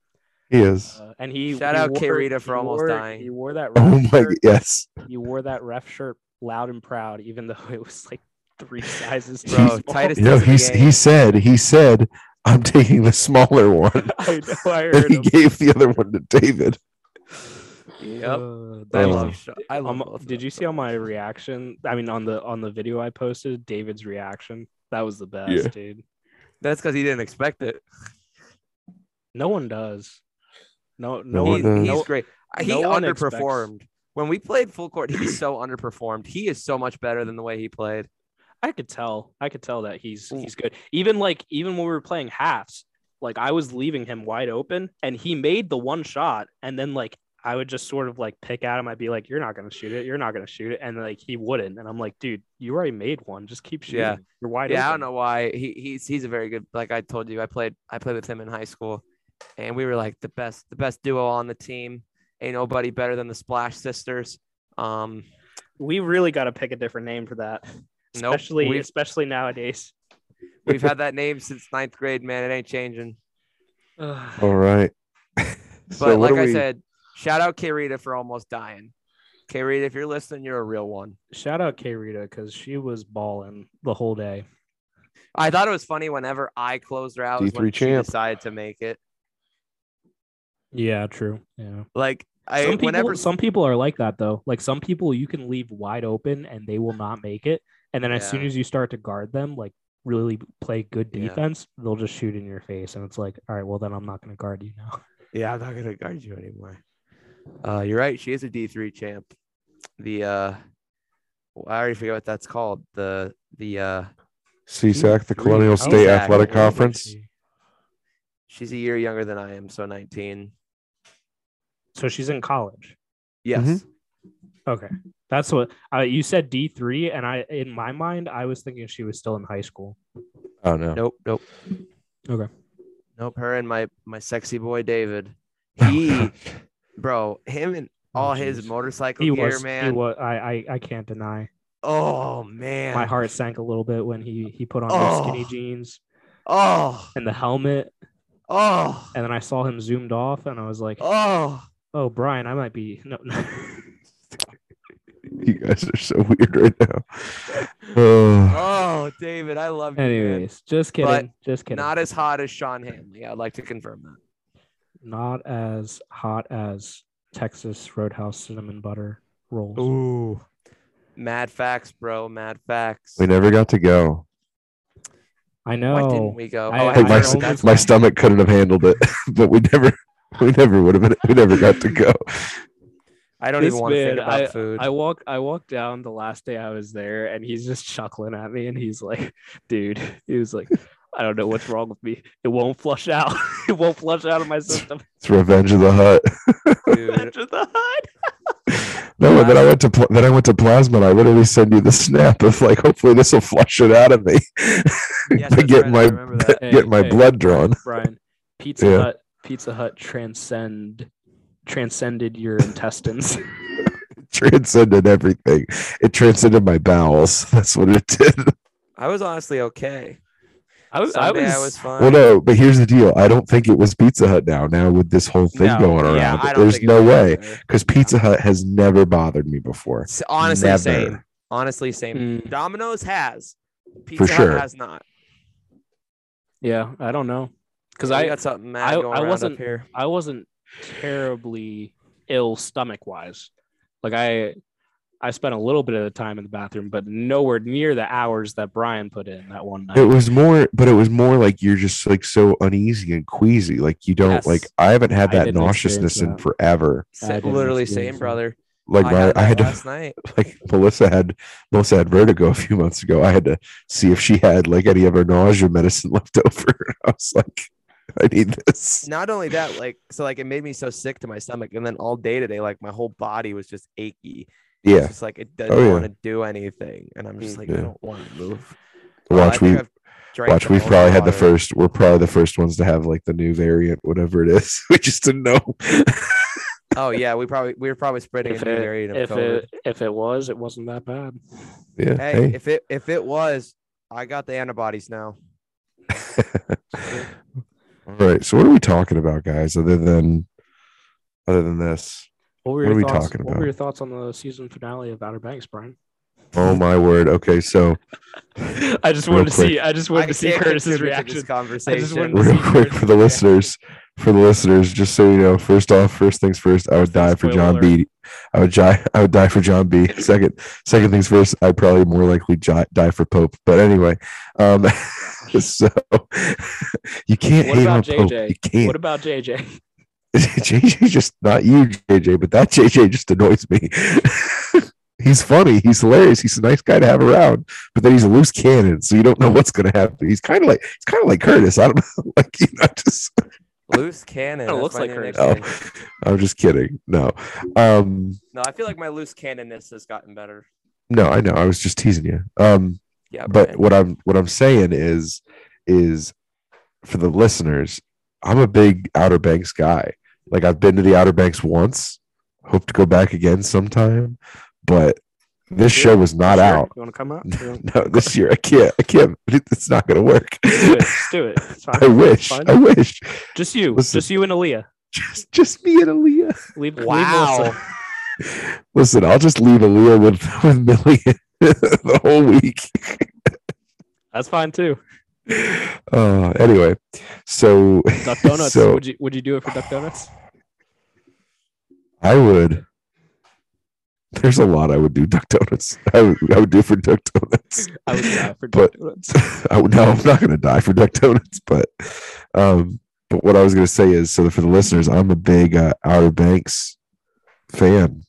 Speaker 4: He is.
Speaker 3: Uh, and he
Speaker 1: Shout
Speaker 3: he
Speaker 1: out
Speaker 3: wore-
Speaker 1: Kirita for
Speaker 3: he
Speaker 1: almost
Speaker 3: wore-
Speaker 1: dying.
Speaker 3: He wore that
Speaker 4: Oh
Speaker 3: ref
Speaker 4: my
Speaker 3: shirt.
Speaker 4: yes.
Speaker 3: He wore that ref shirt loud and proud, even though it was like three sizes too
Speaker 1: Bro,
Speaker 3: small.
Speaker 1: Titus- It's
Speaker 4: No,
Speaker 1: just
Speaker 4: he
Speaker 1: the
Speaker 4: he
Speaker 1: game.
Speaker 4: said he said I'm taking the smaller one,
Speaker 3: I know. I
Speaker 4: and
Speaker 3: heard
Speaker 4: he
Speaker 3: him.
Speaker 4: gave the other one to David.
Speaker 1: Yep.
Speaker 3: Uh,
Speaker 1: I
Speaker 3: that was
Speaker 1: love. Sh- I love.
Speaker 3: Um,
Speaker 1: both of
Speaker 3: did
Speaker 1: them
Speaker 3: you
Speaker 1: so
Speaker 3: see on my
Speaker 1: much.
Speaker 3: reaction? I mean, on the on the video I posted, David's reaction. That was the best,
Speaker 4: Yeah.
Speaker 3: dude.
Speaker 1: That's because he didn't expect it.
Speaker 3: No one does. No,
Speaker 4: No
Speaker 3: no
Speaker 4: one
Speaker 3: one.
Speaker 1: He's,
Speaker 4: does.
Speaker 1: he's
Speaker 3: no-
Speaker 1: great. Uh, He
Speaker 3: no one expects-
Speaker 1: underperformed. When we played full court, he so underperformed. He is so much better than the way he played.
Speaker 3: I could tell. I could tell that he's
Speaker 1: Ooh.
Speaker 3: he's good. Even like even when we were playing halves, like I was leaving him wide open, and he made the one shot, and then like I would just sort of like pick at him. I'd be like, "You're not gonna shoot it. You're not gonna shoot it," and like he wouldn't. And I'm like, "Dude, you already made one. Just keep shooting.
Speaker 1: Yeah.
Speaker 3: You're wide
Speaker 1: yeah, I don't
Speaker 3: open."
Speaker 1: know why. He he's he's a very good. Like I told you, I played I played with him in high school, and we were like the best the best duo on the team. Ain't nobody better than the Splash Sisters. Um,
Speaker 3: We really got to pick a different name for that,
Speaker 1: Nope,
Speaker 3: especially
Speaker 1: we've-
Speaker 3: especially nowadays.
Speaker 1: we've had that name since ninth grade, man. It ain't changing.
Speaker 4: All right.
Speaker 1: But like I said, shout out Kirita for almost dying. Kirita, if you're listening, you're a real one.
Speaker 5: Shout out K Rita because she was balling the whole day.
Speaker 1: I thought it was funny whenever I closed her out was
Speaker 4: D3
Speaker 1: when
Speaker 4: champ.
Speaker 1: she decided to make it.
Speaker 5: Yeah, true. Yeah.
Speaker 1: Like I
Speaker 5: some people,
Speaker 1: whenever
Speaker 5: some people are like that though. Like some people you can leave wide open and they will not make it. And then as soon
Speaker 1: Yeah.
Speaker 5: as you start to guard them, like really play good
Speaker 1: Yeah.
Speaker 5: defense, they'll just shoot in your face. And it's like, all right, well then I'm not gonna guard you now.
Speaker 1: Yeah, I'm not gonna guard you anymore. Uh, you're right. She is a D3 champ. The uh, well, I already forget what that's called. The the uh,
Speaker 4: CSAC, the
Speaker 5: Three.
Speaker 4: Colonial State
Speaker 1: CSAC.
Speaker 4: Athletic
Speaker 1: What was
Speaker 4: Conference.
Speaker 1: she's a year younger than I am, so 19.
Speaker 5: So she's in college.
Speaker 1: Yes,
Speaker 3: Mm-hmm.
Speaker 4: Mhm.
Speaker 5: Okay.
Speaker 3: That's what uh, you said. D three, and I in my mind, I was thinking she was still in high school.
Speaker 4: Oh no.
Speaker 1: Nope, nope.
Speaker 3: Okay.
Speaker 1: Nope, her and my my sexy boy David. He bro, him and all his
Speaker 3: Oh, jeez.
Speaker 1: motorcycle
Speaker 3: He
Speaker 1: gear,
Speaker 3: was. He
Speaker 1: man.
Speaker 3: was. I, I. I can't deny.
Speaker 1: Oh man.
Speaker 3: My heart sank a little bit when he he put on
Speaker 1: Oh.
Speaker 3: those skinny jeans
Speaker 1: Oh,
Speaker 3: and the helmet,
Speaker 1: oh,
Speaker 3: and then I saw him zoomed off, and I was like, "Oh,
Speaker 1: oh.
Speaker 3: Brian, I might be no." no.
Speaker 4: You guys are so weird right now. Oh,
Speaker 1: Oh, David, I love you. man.
Speaker 3: Anyways, just kidding. just kidding.
Speaker 1: Not as hot as Sean Hanley. I'd like to confirm that.
Speaker 3: not as hot as Texas Roadhouse cinnamon butter rolls.
Speaker 1: Ooh. Mad facts, bro. Mad facts.
Speaker 4: we never got to go.
Speaker 3: I know.
Speaker 1: Why didn't we go?
Speaker 3: I-
Speaker 1: oh, I,
Speaker 3: I
Speaker 1: heard
Speaker 4: think
Speaker 3: don't
Speaker 4: my,
Speaker 1: that's
Speaker 4: st-
Speaker 1: why.
Speaker 3: think
Speaker 4: my stomach couldn't have handled it, but we never, we never would have been, we never got to go.
Speaker 1: I don't
Speaker 2: This
Speaker 1: even want to think
Speaker 2: man,
Speaker 1: about food.
Speaker 2: I walk I walked down the last day I was there and he's just chuckling at me and he's like, dude, he was like, I don't know what's wrong with me. It won't flush out. it won't flush out of my system.
Speaker 4: It's Revenge of the Hut.
Speaker 1: Dude,
Speaker 2: Enter the hut.
Speaker 4: No, and then I went to pl- then I went to plasma. And I literally send you the snap of like, hopefully this will flush it out of me.
Speaker 1: yes,
Speaker 4: I
Speaker 1: that's
Speaker 4: get
Speaker 1: right,
Speaker 4: my
Speaker 1: I remember that.
Speaker 2: Hey,
Speaker 4: get my
Speaker 2: hey,
Speaker 4: blood drawn.
Speaker 2: Brian, Pizza
Speaker 4: Yeah.
Speaker 2: Hut, Pizza Hut transcend transcended your intestines.
Speaker 4: transcended everything. It transcended my bowels. That's what it did.
Speaker 1: I was honestly okay.
Speaker 2: I was, I
Speaker 1: Sunday
Speaker 2: was,
Speaker 1: I was fine.
Speaker 4: Well, no, but here's the deal. I don't think it was Pizza Hut now. Now with this whole thing
Speaker 1: No,
Speaker 4: going around,
Speaker 1: yeah, I don't
Speaker 4: there's
Speaker 1: think it
Speaker 4: no
Speaker 1: was
Speaker 4: way
Speaker 1: either.
Speaker 4: because Pizza Hut has never bothered me before.
Speaker 1: S- Honestly,
Speaker 4: Never. Hmm.
Speaker 1: same. Honestly, same.
Speaker 2: Mm,
Speaker 1: Domino's has. Pizza Hut
Speaker 4: sure.
Speaker 1: has not.
Speaker 2: yeah, I don't know. Because
Speaker 1: We
Speaker 2: I
Speaker 1: got something mad
Speaker 2: I-
Speaker 1: going
Speaker 2: I
Speaker 1: around
Speaker 2: wasn't-
Speaker 1: up here.
Speaker 2: I wasn't terribly ill stomach wise. Like I I spent a little bit of the time in the bathroom, but nowhere near the hours that Brian put in that one
Speaker 1: Uh.
Speaker 2: night.
Speaker 4: It was more, but it was more like you're just like so uneasy and queasy. Like you don't
Speaker 1: Yes.
Speaker 4: like. I haven't had
Speaker 2: I
Speaker 4: that
Speaker 2: didn't experience
Speaker 4: nauseousness in
Speaker 2: that.
Speaker 4: forever.
Speaker 1: Sa-
Speaker 2: I didn't
Speaker 1: literally
Speaker 2: experience that.
Speaker 1: same, brother.
Speaker 4: Like
Speaker 1: I
Speaker 4: my,
Speaker 1: had,
Speaker 4: I
Speaker 1: that
Speaker 4: had to
Speaker 1: last night.
Speaker 4: like Melissa had Melissa had vertigo a few months ago. I had to see if she had like any of her nausea medicine left over. I was like, I need this.
Speaker 1: Not only that, like so, like it made me so sick to my stomach, and then all day today, like my whole body was just achy. It's
Speaker 4: Yeah,
Speaker 1: just like it doesn't
Speaker 4: Oh, yeah.
Speaker 1: want to do anything, and I'm just like, I
Speaker 4: Yeah.
Speaker 1: don't want to move. Well, I
Speaker 4: watch
Speaker 1: think
Speaker 4: we
Speaker 1: I've drank
Speaker 4: watch.
Speaker 1: the
Speaker 4: We've
Speaker 1: most
Speaker 4: probably had the
Speaker 1: water.
Speaker 4: first. We're probably the first ones to have like the new variant, whatever it is. We just didn't know.
Speaker 1: Oh yeah, we probably we were probably spreading
Speaker 2: If
Speaker 1: a new
Speaker 2: it-
Speaker 1: variant of
Speaker 2: If
Speaker 1: COVID.
Speaker 2: it if it was, it wasn't that bad.
Speaker 4: yeah,
Speaker 1: hey,
Speaker 4: hey,
Speaker 1: if it if it was, I got the antibodies now.
Speaker 4: all right. So what are we talking about, guys? Other than other than this.
Speaker 2: What were
Speaker 4: What
Speaker 2: your
Speaker 4: are we
Speaker 2: thoughts?
Speaker 4: talking
Speaker 2: what
Speaker 4: about?
Speaker 2: were your thoughts on the season finale of Outer Banks, Brian?
Speaker 4: Oh my word. Okay, so
Speaker 2: I just
Speaker 4: Real
Speaker 2: wanted to
Speaker 4: quick.
Speaker 2: see I just
Speaker 1: I
Speaker 2: wanted to see
Speaker 1: can't
Speaker 2: Curtis's
Speaker 1: contribute to this
Speaker 2: reaction.
Speaker 1: conversation.
Speaker 2: wanted
Speaker 4: real quick for the listeners for the listeners just so you know first off first things first i would die for john b i would die i would die for john b second second things first i'd probably more likely ji- die for pope but anyway um so you can't
Speaker 2: What
Speaker 4: hate
Speaker 2: about
Speaker 4: on pope
Speaker 2: JJ?
Speaker 4: you can't
Speaker 2: What about JJ?
Speaker 4: jj just not you jj but that jj just annoys me He's funny. He's hilarious. He's a nice guy to have around, but then he's a loose cannon, so you don't know what's going to happen. He's kind of like he's kind of like Curtis. I don't know, like you know, just
Speaker 1: Loose cannon.
Speaker 2: Kinda
Speaker 1: that's
Speaker 2: looks
Speaker 1: my
Speaker 2: like
Speaker 1: new
Speaker 2: her.
Speaker 1: nickname.
Speaker 4: No, I'm just kidding. No, um,
Speaker 1: No, I feel like my loose cannonness has gotten better.
Speaker 4: no, I know. I was just teasing you. Um,
Speaker 1: Yeah,
Speaker 4: but
Speaker 1: Brian.
Speaker 4: what I'm what I'm saying is, is for the listeners, I'm a big Outer Banks guy. Like I've been to the Outer Banks once. Hope to go back again sometime, but this
Speaker 2: Sure.
Speaker 4: show was not
Speaker 2: Sure.
Speaker 4: out.
Speaker 2: You want to come out?
Speaker 4: No, this year I can't. I can't. It's not gonna work.
Speaker 2: do it. Just do it. It's fine.
Speaker 4: I wish.
Speaker 2: Fine.
Speaker 4: I wish.
Speaker 2: Just you.
Speaker 4: Listen.
Speaker 2: Just you and Aaliyah.
Speaker 4: Just, just me and Aaliyah.
Speaker 2: Leave, leave
Speaker 1: Wow.
Speaker 2: Melissa.
Speaker 4: Listen, I'll just leave Aaliyah with, with Millie the whole week.
Speaker 2: That's fine too.
Speaker 4: Uh, anyway, so
Speaker 2: Duck donuts.
Speaker 4: So-
Speaker 2: would you would you do it for duck donuts?
Speaker 4: I would. There's a lot I would do duck donuts. I would, I would do for duck donuts.
Speaker 2: I would die for duck
Speaker 4: But-
Speaker 2: donuts.
Speaker 4: I would, no, I'm not going to die for duck donuts. But, um, but what I was going to say is, so that for the listeners, I'm a big uh, Outer Banks fan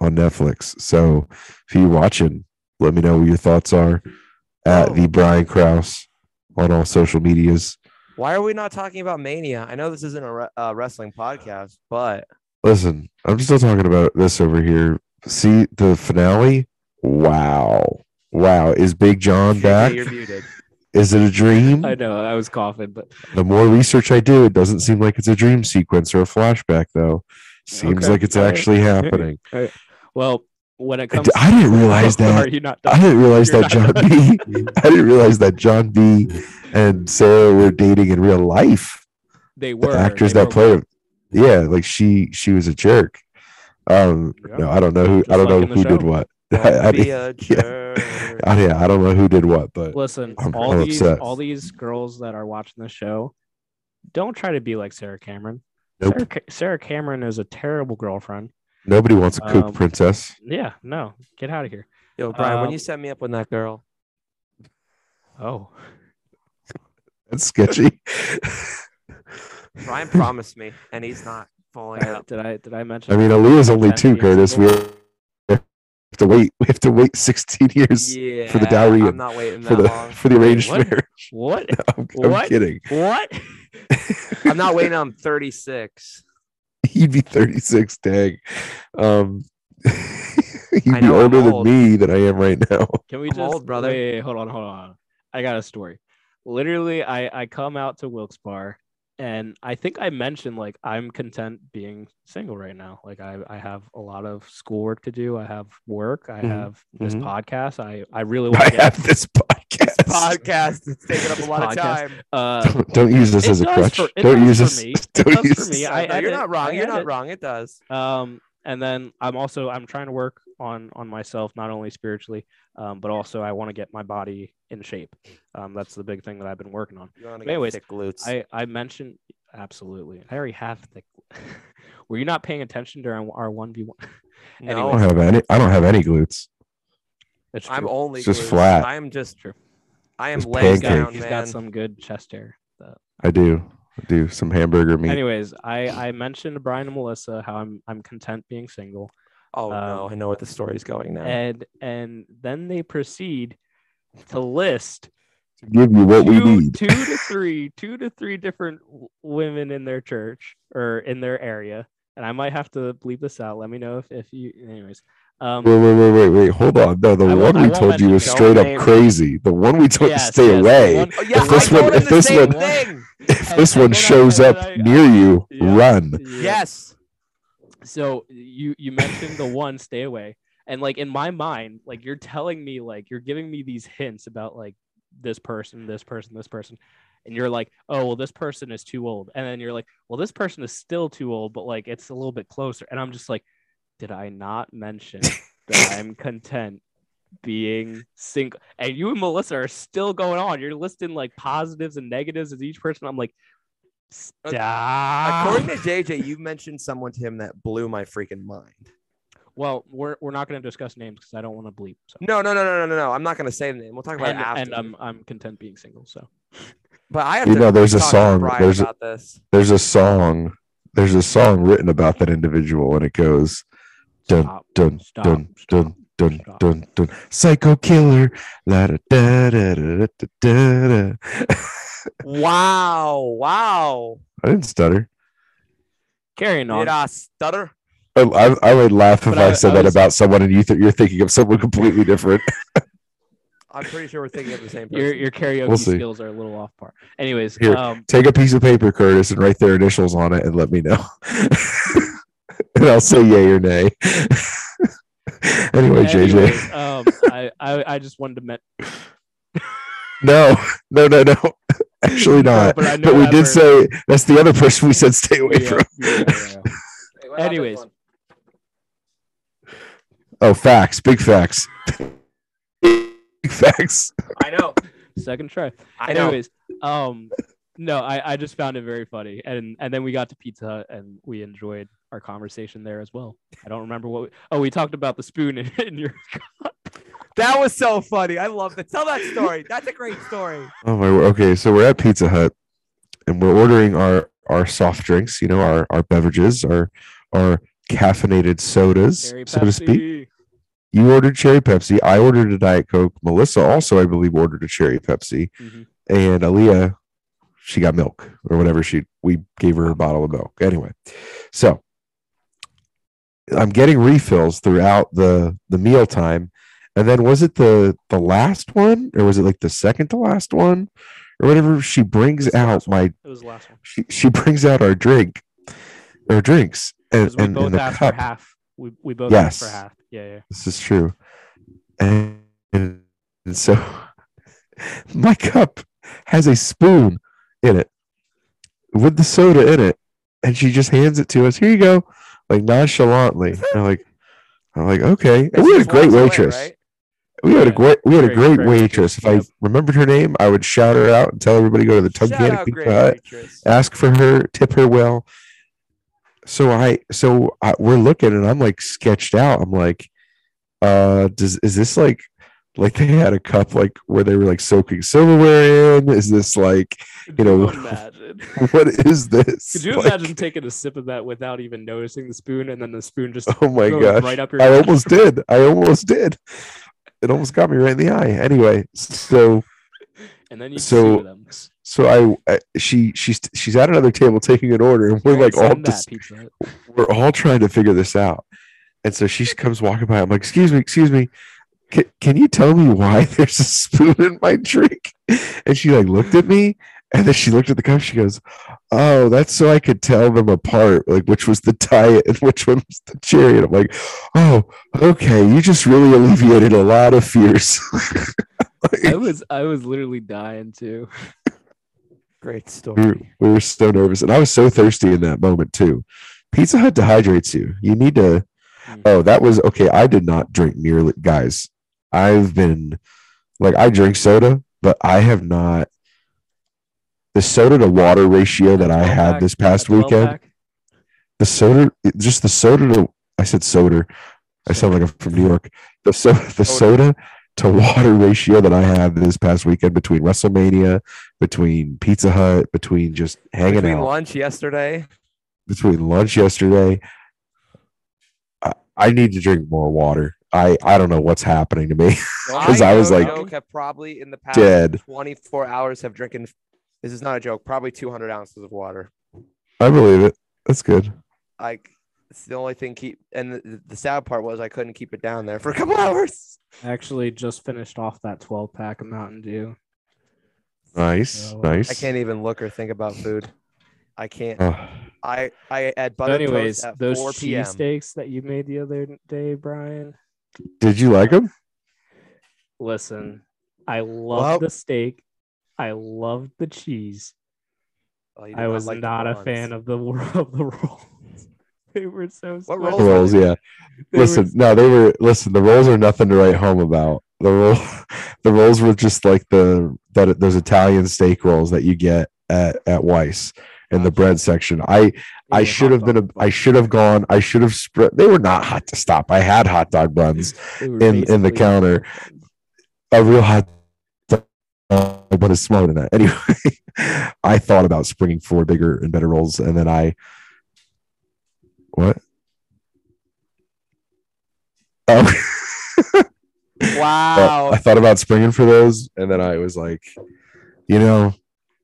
Speaker 4: on Netflix. So if you're watching, let me know what your thoughts are at
Speaker 1: Oh.
Speaker 4: the Brian Kraus on all social medias.
Speaker 1: Why are we not talking about Mania? I know this isn't a re- uh, wrestling podcast, but
Speaker 4: Listen, I'm still talking about this over here see the finale. Wow. Wow. Is Big John back?
Speaker 1: You're muted.
Speaker 4: Is it a dream?
Speaker 3: I know I was coughing, but
Speaker 4: The more research I do, it doesn't seem like it's a dream sequence or a flashback, though. Seems
Speaker 3: Okay.
Speaker 4: like it's
Speaker 3: All right.
Speaker 4: actually happening.
Speaker 3: well, when it
Speaker 4: I
Speaker 3: comes,
Speaker 4: d- I didn't realize that.
Speaker 3: Are you not
Speaker 4: I
Speaker 3: done?
Speaker 4: didn't realize
Speaker 3: You're
Speaker 4: that John B. I didn't realize that John B. and Sarah were dating in real life.
Speaker 3: They
Speaker 4: The
Speaker 3: were
Speaker 4: actors
Speaker 3: they
Speaker 4: that
Speaker 3: were-
Speaker 4: play, him. yeah, like she she was a jerk. Um,
Speaker 3: Yeah.
Speaker 4: no, I don't know who I
Speaker 3: Just
Speaker 4: don't
Speaker 3: like
Speaker 4: know
Speaker 3: in
Speaker 4: who
Speaker 3: the
Speaker 4: did
Speaker 3: show.
Speaker 4: what. I,
Speaker 1: Don't
Speaker 4: I,
Speaker 1: be a jerk.
Speaker 4: I- yeah, I don't know who did what, but
Speaker 3: Listen,
Speaker 4: I'm
Speaker 3: all
Speaker 4: real
Speaker 3: these
Speaker 4: upset.
Speaker 3: all these girls that are watching the show, don't try to be like Sarah Cameron.
Speaker 4: Nope.
Speaker 3: Sarah, Ca- Sarah Cameron is a terrible girlfriend.
Speaker 4: nobody wants a kook
Speaker 3: Um,
Speaker 4: princess.
Speaker 3: Yeah, no, get out of here.
Speaker 1: Yo, Brian, when
Speaker 3: Um,
Speaker 1: you set me up with that girl,
Speaker 3: Oh,
Speaker 4: That's sketchy.
Speaker 1: Brian promised me, and he's not pulling up.
Speaker 3: did I did I mention?
Speaker 4: I mean, Aaliyah's only
Speaker 3: That
Speaker 4: two,
Speaker 3: being
Speaker 4: Curtis. We
Speaker 3: single?
Speaker 4: have to wait. We have to wait sixteen years
Speaker 1: Yeah,
Speaker 4: for the dowry
Speaker 1: I'm
Speaker 4: and
Speaker 1: not waiting
Speaker 4: for
Speaker 1: that
Speaker 4: the
Speaker 1: long.
Speaker 4: for the arranged
Speaker 3: what?
Speaker 4: marriage.
Speaker 3: what?
Speaker 4: I'm, I'm
Speaker 3: What?
Speaker 4: kidding.
Speaker 3: What?
Speaker 1: I'm not waiting. I'm 36.
Speaker 4: He'd be 36, dang. Um, he'd
Speaker 1: I
Speaker 4: be
Speaker 1: know, I'm
Speaker 4: older than
Speaker 1: old.
Speaker 4: me than I am right now.
Speaker 3: Can we
Speaker 1: I'm
Speaker 3: just
Speaker 1: old, brother.
Speaker 3: Wait, wait, hold on, hold on. I got a story. Literally, I I come out to Wilkes Bar, and I think I mentioned like I'm content being single right now. Like I I have a lot of schoolwork to do. I have work. I
Speaker 1: Mhm,
Speaker 3: have this
Speaker 1: mhm.
Speaker 3: podcast. I I really
Speaker 4: I
Speaker 3: want to
Speaker 4: have this podcast.
Speaker 1: Podcast. It's taking up a
Speaker 3: This
Speaker 1: lot of
Speaker 3: podcast.
Speaker 1: time.
Speaker 3: uh,
Speaker 4: Don't, don't use this
Speaker 3: It
Speaker 4: as a
Speaker 3: does
Speaker 4: crutch.
Speaker 3: for- it
Speaker 4: don't
Speaker 3: does
Speaker 4: use
Speaker 3: for
Speaker 4: this.
Speaker 3: me. It
Speaker 4: Don't
Speaker 3: does
Speaker 4: use
Speaker 3: for me.
Speaker 4: this.
Speaker 3: I
Speaker 1: No, you're
Speaker 3: edit-
Speaker 1: not wrong.
Speaker 3: I
Speaker 1: you're not
Speaker 3: edit.
Speaker 1: wrong. It does.
Speaker 3: um and then i'm also i'm trying to work on on myself not only spiritually um but also i want to get my body in shape um that's the big thing that i've been working on
Speaker 1: You wanna
Speaker 3: But
Speaker 1: get
Speaker 3: anyways,
Speaker 1: thick glutes.
Speaker 3: i i mentioned absolutely i already have thick were you not paying attention during our 1v1
Speaker 1: no,
Speaker 4: I don't have any. I don't have any glutes.
Speaker 3: That's
Speaker 1: I'm
Speaker 3: true.
Speaker 1: only
Speaker 4: It's just
Speaker 1: glutes.
Speaker 4: flat.
Speaker 1: I am just.
Speaker 3: True.
Speaker 1: I am
Speaker 4: It's
Speaker 1: legs
Speaker 3: he's, got,
Speaker 1: down,
Speaker 4: pancake.
Speaker 3: he's
Speaker 1: man.
Speaker 3: got some good chest hair that-
Speaker 4: I do. I do some hamburger meat.
Speaker 3: anyways i i mentioned to brian and melissa how i'm i'm content being single
Speaker 1: oh no,
Speaker 3: um,
Speaker 1: I know where the story's going now.
Speaker 3: and and then they proceed to list
Speaker 4: Give you what we
Speaker 3: two,
Speaker 4: need.
Speaker 3: two to three, two to three different w- women in their church or in their area. And I might have to bleep this out. Let me know if, if you, anyways. Um,
Speaker 4: Wait, wait, wait, wait, wait. Hold on. No, the
Speaker 3: I won't-
Speaker 4: one
Speaker 3: I
Speaker 4: we
Speaker 3: won't
Speaker 4: told you
Speaker 3: mention
Speaker 4: was
Speaker 3: it.
Speaker 4: straight
Speaker 1: Don't name-
Speaker 4: up crazy. The one we told
Speaker 3: yes,
Speaker 4: you stay
Speaker 3: yes, the
Speaker 4: away.
Speaker 3: one-
Speaker 1: oh, yeah,
Speaker 4: if this
Speaker 1: I told
Speaker 4: one-
Speaker 1: him
Speaker 4: if
Speaker 1: the
Speaker 4: this
Speaker 1: same
Speaker 3: one-
Speaker 1: thing.
Speaker 4: If this
Speaker 3: I
Speaker 4: one
Speaker 3: thought I
Speaker 4: shows
Speaker 3: said
Speaker 4: up
Speaker 3: I-
Speaker 4: near you,
Speaker 3: yeah.
Speaker 4: run.
Speaker 3: yeah.
Speaker 1: Yes.
Speaker 3: So you, you mentioned the one stay away. And like in my mind, like you're telling me, like you're giving me these hints about like this person, this person, this person. And you're like, oh, well, this person is too old. And then you're like, well, this person is still too old, but like it's a little bit closer. And I'm just like, did I not mention that I'm content being single? And you and Melissa are still going on. You're listing like positives and negatives as each person. I'm like, stop.
Speaker 1: Uh, According to JJ, you mentioned someone to him that blew my freaking mind.
Speaker 3: Well, we're, we're not going to discuss names because I don't want to bleep. So.
Speaker 1: No, no, no, no, no, no, no. I'm not gonna say the name. We'll talk about
Speaker 3: And,
Speaker 1: it after.
Speaker 3: and I'm I'm content being single. So
Speaker 1: but I have
Speaker 4: You
Speaker 1: to
Speaker 4: know, there's a
Speaker 1: talk to
Speaker 4: song,
Speaker 1: Brian
Speaker 4: there's a-
Speaker 1: about this.
Speaker 4: there's a song there's a song written about that individual and it goes Dun,
Speaker 3: stop,
Speaker 4: dun
Speaker 3: stop,
Speaker 4: dun
Speaker 3: stop,
Speaker 4: dun dun
Speaker 3: stop.
Speaker 4: dun dun psycho killer la da da da da da da da
Speaker 1: Wow, wow.
Speaker 4: i didn't stutter
Speaker 3: Carrying on.
Speaker 1: Did I stutter?
Speaker 4: i, I, I would laugh if
Speaker 3: But
Speaker 4: i,
Speaker 3: I-
Speaker 4: said
Speaker 3: I
Speaker 4: that
Speaker 3: was-
Speaker 4: about someone and you th- you're thinking of someone completely different
Speaker 1: I'm pretty sure we're thinking of the same person.
Speaker 3: your your karaoke
Speaker 4: We'll see.
Speaker 3: skills are a little off par. Anyways,
Speaker 4: Here.
Speaker 3: um,
Speaker 4: take a piece of paper curtis and write their initials on it and let me know and i'll say yay or nay anyway jj
Speaker 3: anyways, um, I, I I just wanted to met.
Speaker 4: no no no no actually
Speaker 3: No,
Speaker 4: not
Speaker 3: but I know
Speaker 4: But we
Speaker 3: Amber-
Speaker 4: did say that's the other person we said stay away
Speaker 3: Yeah,
Speaker 4: from.
Speaker 3: yeah, yeah, yeah. Anyways.
Speaker 4: Oh, facts, big facts, big facts.
Speaker 1: I know.
Speaker 3: Second try.
Speaker 1: I know.
Speaker 3: Anyways, um, no, I, I just found it very funny, and and then we got to Pizza Hut and we enjoyed our conversation there as well. I don't remember what. We, oh, we talked about the spoon in, in your.
Speaker 1: That was so funny. I love it. Tell that story. That's a great story.
Speaker 4: Oh my. word. Okay, so we're at Pizza Hut, and we're ordering our our soft drinks. You know, our our beverages, our our caffeinated sodas,
Speaker 3: Cherry
Speaker 4: so to speak.
Speaker 3: Pepsi.
Speaker 4: You ordered cherry Pepsi. I ordered a diet coke. Melissa also, I believe, ordered a cherry Pepsi,
Speaker 3: Mhm.
Speaker 4: and Aaliyah, she got milk or whatever she we gave her a bottle of milk. Anyway, so I'm getting refills throughout the the meal time, and then was it the the last one or was it like the second to last one or whatever? She brings out my
Speaker 3: It was the last one.
Speaker 4: she, she brings out our drink, our drinks, and,
Speaker 3: Because we
Speaker 4: and,
Speaker 3: both
Speaker 4: and the
Speaker 3: asked
Speaker 4: cup.
Speaker 3: for half. We, we both asked for
Speaker 4: Yes.
Speaker 3: half. Yeah, yeah.
Speaker 4: This is true. And, and so my cup has a spoon in it with the soda in it. And she just hands it to us. Here you go. Like nonchalantly. And I'm like, I'm like, okay. And we had a great waitress. We had a
Speaker 3: Yeah.
Speaker 4: great we had a
Speaker 3: Great,
Speaker 4: great,
Speaker 3: great
Speaker 4: waitress. If
Speaker 3: waitress,
Speaker 4: I remembered her name, I would shout her out and tell everybody to go to the Tug
Speaker 1: Shout out,
Speaker 4: Canopy
Speaker 1: great
Speaker 4: Hut
Speaker 1: waitress.
Speaker 4: ask for her, tip her well. So I, so I, we're looking, and I'm like sketched out. I'm like, uh, does is this like, like they had a cup like where they were like soaking silverware in? Is this like, you know,
Speaker 3: imagine.
Speaker 4: what is this?
Speaker 3: Could you
Speaker 4: Like,
Speaker 3: imagine taking a sip of that without even noticing the spoon, and then the spoon just
Speaker 4: Oh my
Speaker 3: goes
Speaker 4: gosh!
Speaker 3: right up your?
Speaker 4: I almost did. I almost did. It almost got me right in the eye. Anyway, so
Speaker 3: and then you
Speaker 4: so-
Speaker 3: sue them.
Speaker 4: so I, I she she's she's at another table taking an order, and we're like all
Speaker 3: Send
Speaker 4: dis-
Speaker 3: that pizza. Hut.
Speaker 4: we're all trying to figure this out. And so she comes walking by. I'm like, excuse me, excuse me. Can, can you tell me why there's a spoon in my drink? And she like looked at me and then she looked at the cup. She goes, Oh, that's so I could tell them apart, like which was the diet and which one was the cherry. And I'm like, Oh, okay. You just really alleviated a lot of fears.
Speaker 2: I was I was literally dying too.
Speaker 1: Great
Speaker 4: we,
Speaker 1: story.
Speaker 4: were, we were so nervous. And I was so thirsty in that moment too. Pizza Hut dehydrates you. You need to.
Speaker 3: Mm.
Speaker 4: Oh, that was okay. I did not drink nearly, guys. I've been like, I drink soda, but I have not. The soda to water ratio that I had this past weekend, the soda, it- just the soda to, I said soda. I sound like I'm from New York. The soda,
Speaker 1: Oh,
Speaker 4: the soda to water ratio that I had this past weekend between WrestleMania, between Pizza Hut, between just hanging
Speaker 1: Between
Speaker 4: out,
Speaker 1: lunch yesterday,
Speaker 4: between lunch yesterday. I, I need to drink more water. I, I don't know what's happening to me.
Speaker 1: 'Cause
Speaker 4: I was
Speaker 1: know
Speaker 4: like-
Speaker 1: Joke have probably in the past
Speaker 4: Dead.
Speaker 1: 24 hours have drinking. This is not a joke. Probably 200 ounces of water.
Speaker 4: I believe it. That's good.
Speaker 1: Like it's the only thing keep. And the, the sad part was I couldn't keep it down there for a couple hours.
Speaker 3: Actually, just finished off that 12 pack of Mountain Dew.
Speaker 4: Nice.
Speaker 3: So,
Speaker 4: nice.
Speaker 1: I can't even look or think about food. I can't.
Speaker 4: Oh,
Speaker 1: I I had
Speaker 3: But
Speaker 1: butter
Speaker 3: anyways,
Speaker 1: toast at
Speaker 3: those
Speaker 1: 4 p.m.
Speaker 3: cheesesteaks that you made the other day, Brian.
Speaker 4: did you like them?
Speaker 3: Listen, I love
Speaker 1: Well-
Speaker 3: the steak. I loved the cheese.
Speaker 1: Oh, you did
Speaker 3: I was
Speaker 1: like the
Speaker 3: not a
Speaker 1: buns.
Speaker 3: fan of the wor- of the rolls. they were so
Speaker 1: What
Speaker 3: sweaty.
Speaker 1: rolls?
Speaker 4: Rolls, yeah.
Speaker 3: They were
Speaker 4: listen, no, they were listen. The rolls are nothing to write home about. The roll, the rolls were just like the that those Italian steak rolls that you get at at Weiss in the bread section. I I
Speaker 3: Yeah,
Speaker 4: should
Speaker 3: hot
Speaker 4: have been a,
Speaker 3: dog
Speaker 4: I
Speaker 3: buns.
Speaker 4: should have gone. I should have spread. They were not hot to stop. I had hot dog buns,
Speaker 3: They were
Speaker 4: in- in the
Speaker 3: basically
Speaker 4: counter.
Speaker 3: hot dogs.
Speaker 4: a real hot dog, but it's smaller than that. Anyway, I thought about springing for bigger and better rolls, and then I what? Oh.
Speaker 3: Uh,
Speaker 4: but
Speaker 1: Wow.
Speaker 4: I thought about springing for those, and then I was like, you know,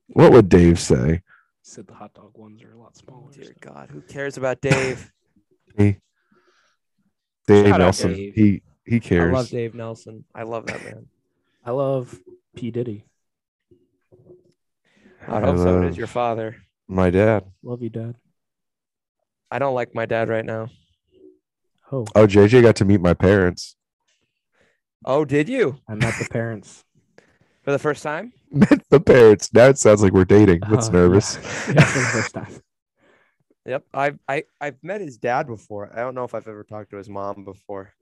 Speaker 4: what would Dave say?
Speaker 3: Said the hot dog ones are a lot smaller.
Speaker 1: Dear God, who cares about Dave?
Speaker 4: Dave
Speaker 3: Shout out
Speaker 4: Nelson.
Speaker 1: Dave.
Speaker 4: He he
Speaker 1: I
Speaker 4: cares.
Speaker 1: love Dave Nelson. I love that man.
Speaker 3: I love P Diddy.
Speaker 1: I hope so. It
Speaker 4: love
Speaker 1: is your father.
Speaker 4: my dad.
Speaker 3: Love you, Dad.
Speaker 1: I don't like my dad right now.
Speaker 3: Oh,
Speaker 4: Oh, JJ got to meet my parents.
Speaker 1: Oh, did you
Speaker 3: I met the parents.
Speaker 1: for the first time?
Speaker 4: Met the parents. Now it sounds like we're dating. That's
Speaker 3: Oh,
Speaker 4: nervous.
Speaker 3: yeah, for the first time.
Speaker 1: Yep. I've I, I've met his dad before. I don't know if I've ever talked to his mom before.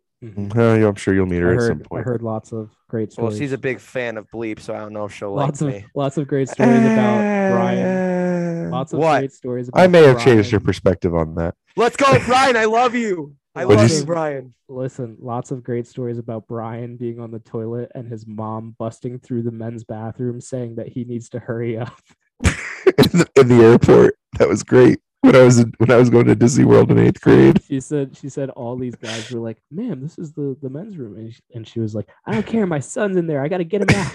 Speaker 4: Oh, yeah, I'm sure you'll meet
Speaker 3: Mm-hmm. I
Speaker 4: her at some
Speaker 3: heard, I
Speaker 4: point.
Speaker 3: heard lots of great
Speaker 1: Well,
Speaker 3: stories.
Speaker 1: she's a big fan of Bleep, so I don't know if she'll
Speaker 3: lots
Speaker 1: like
Speaker 3: of
Speaker 1: me.
Speaker 3: lots of great stories about Brian.
Speaker 4: Brian.
Speaker 3: Lots of
Speaker 1: What?
Speaker 3: great stories. About
Speaker 4: I may have changed your
Speaker 3: Brian.
Speaker 4: perspective on that.
Speaker 1: Let's go, Brian. I love you. I
Speaker 3: What'd
Speaker 1: love
Speaker 4: you
Speaker 1: you,
Speaker 4: s-
Speaker 1: Brian.
Speaker 3: Listen, lots of great stories about Brian being on the toilet and his mom busting through the men's bathroom saying that he needs to hurry up.
Speaker 4: in, the, in the airport, that was great. When I was in, when I was going to Disney World in eighth grade,
Speaker 3: She said she said all these guys were like, "Ma'am, this is the the men's room," and she, and she was like, "I don't care, my son's in there. I got to get him out.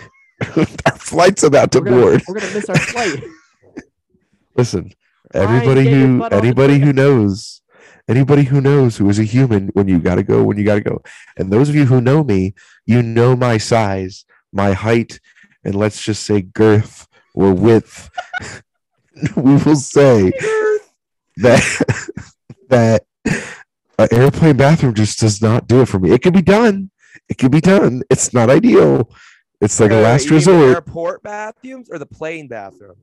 Speaker 4: our flight's about to
Speaker 3: We're gonna,
Speaker 4: board.
Speaker 3: we're gonna miss our flight."
Speaker 4: Listen,
Speaker 3: Ryan,
Speaker 4: everybody
Speaker 3: get your
Speaker 4: who
Speaker 3: butt on the
Speaker 4: anybody who knows Anybody who knows who is a human when you got to go, when you got to go. And those of you who know me, you know my size, my height, and let's just say girth or width. we will say that that an airplane bathroom just does not do it for me. It can be done. It can be done. It's not ideal. It's like a
Speaker 1: Wait, wait,
Speaker 4: last
Speaker 1: you mean the
Speaker 4: resort.
Speaker 1: Airport bathrooms or the plane bathroom?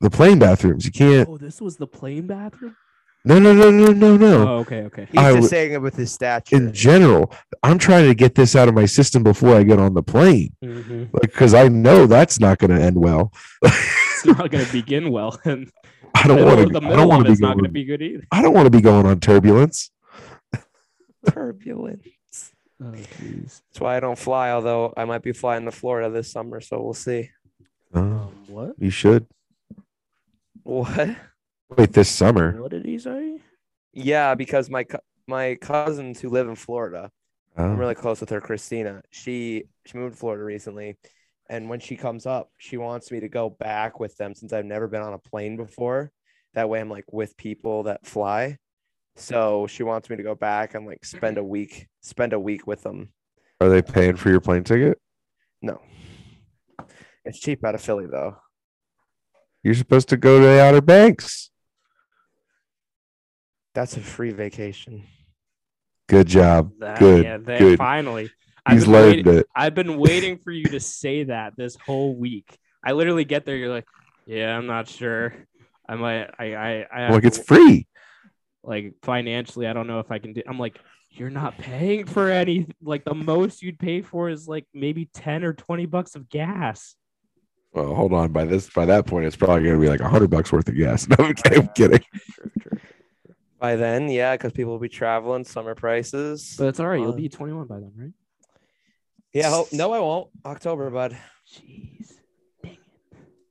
Speaker 4: the plane bathrooms. You can't.
Speaker 3: Oh, this was the plane bathroom.
Speaker 4: No, no, no, no, no, no.
Speaker 3: Oh, okay, okay.
Speaker 1: He's
Speaker 4: I
Speaker 1: just
Speaker 4: would-
Speaker 1: saying it with his stature.
Speaker 4: In general, I'm trying to get this out of my system before I get on the plane
Speaker 3: Mm-hmm.
Speaker 4: because I know that's not going to end well.
Speaker 3: It's not going to begin well, and
Speaker 4: I don't
Speaker 3: the
Speaker 4: want
Speaker 3: middle
Speaker 4: to. I don't want
Speaker 3: of
Speaker 4: to be
Speaker 3: it's not
Speaker 4: going.
Speaker 3: going to be good either.
Speaker 4: I don't want to be going on turbulence.
Speaker 1: Turbulent.
Speaker 3: Oh,
Speaker 1: That's why I don't fly. Although I might be flying to Florida this summer, so we'll see.
Speaker 4: Oh,
Speaker 3: Um, what?
Speaker 4: you should
Speaker 1: What?
Speaker 4: wait this summer.
Speaker 3: What did he say?
Speaker 1: Yeah, because my co- my cousins who live in Florida, I'm
Speaker 4: Oh,
Speaker 1: really close with her, Christina. She she moved to Florida recently, and when she comes up, she wants me to go back with them since I've never been on a plane before. That way, I'm like with people that fly. So she wants me to go back and like spend a week, spend a week with them.
Speaker 4: are they paying for your plane ticket?
Speaker 1: No, it's cheap out of Philly though.
Speaker 4: You're supposed to go to the Outer Banks.
Speaker 1: That's a free vacation.
Speaker 4: Good job.
Speaker 3: That,
Speaker 4: Good,
Speaker 3: Ah, Yeah, that,
Speaker 4: good.
Speaker 3: Finally, I've
Speaker 4: He's
Speaker 3: been,
Speaker 4: learned
Speaker 3: waiting,
Speaker 4: it.
Speaker 3: I've been waiting for you to say that this whole week. I literally get there. You're like, yeah, I'm not sure. I might. I. I. I
Speaker 4: I'm
Speaker 3: have
Speaker 4: Like it's
Speaker 3: to-
Speaker 4: free.
Speaker 3: like financially. I don't know if I can do. I'm like, you're not paying for any. Like the most you'd pay for is like maybe ten or twenty bucks of gas.
Speaker 4: Well, hold on. By this, by that point, it's probably going to be like a hundred bucks worth of gas. No, I'm kidding. I'm kidding.
Speaker 1: By then, yeah, because people will be traveling, summer prices.
Speaker 3: But it's all right. You'll
Speaker 1: Uh,
Speaker 3: be 21 by then, right?
Speaker 1: yeah, ho- no, I won't. October, bud.
Speaker 3: Jeez, dang it.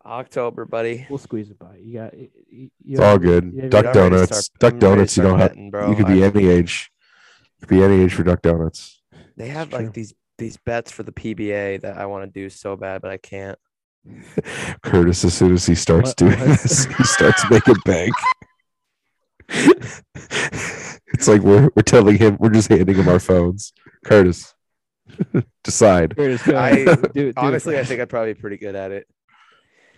Speaker 1: October, buddy.
Speaker 3: We'll squeeze it by. You got. y- y- You
Speaker 4: It's all good.
Speaker 3: yeah,
Speaker 1: I'm
Speaker 4: duck
Speaker 1: ready to
Speaker 4: donuts.
Speaker 1: start-
Speaker 4: Duck
Speaker 1: I'm ready to
Speaker 4: donuts. You
Speaker 1: start
Speaker 4: don't have.
Speaker 1: betting, bro.
Speaker 4: You could
Speaker 1: I-
Speaker 4: be any age. You could be any age for duck donuts.
Speaker 1: They
Speaker 3: It's
Speaker 1: have
Speaker 3: true.
Speaker 1: like these these bets for the PBA that I want to do so bad, but I can't.
Speaker 4: Curtis, as soon as he starts
Speaker 3: What-
Speaker 4: doing
Speaker 3: what?
Speaker 4: this, he starts making bank. it's like we're we're telling him we're just handing him our phones. Curtis, decide.
Speaker 3: Here it is, go
Speaker 1: I-
Speaker 3: ahead. Do it, do it.
Speaker 1: Honestly, I think I'd probably be pretty good at it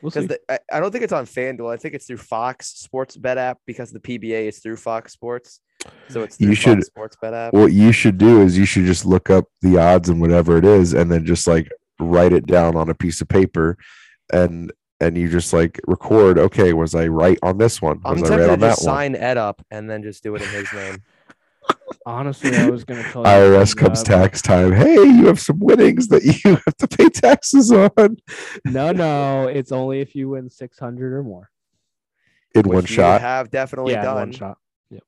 Speaker 3: We'll see.
Speaker 1: because I, I don't think it's on FanDuel. I think it's through Fox Sports Bet app because the PBA is through Fox Sports, so it's
Speaker 4: You
Speaker 1: through
Speaker 4: should-
Speaker 1: Fox Sports Bet app.
Speaker 4: What you should do is you should just look up the odds and whatever it is, and then just like write it down on a piece of paper, and and you just like record. Okay, was I right on this one?
Speaker 1: I'm
Speaker 4: Was I right
Speaker 1: tempted to
Speaker 4: on that
Speaker 1: just
Speaker 4: one?
Speaker 1: sign Ed up and then just do it in his name.
Speaker 3: Honestly, I was gonna tell you.
Speaker 4: IRS
Speaker 3: to, uh,
Speaker 4: comes tax time. Hey, you have some winnings that you have to pay taxes on.
Speaker 3: No, no, it's only if you win 600 or more.
Speaker 4: in
Speaker 1: which
Speaker 4: one
Speaker 1: you
Speaker 4: shot.
Speaker 1: Have definitely
Speaker 3: yeah, in
Speaker 1: done.
Speaker 3: one shot.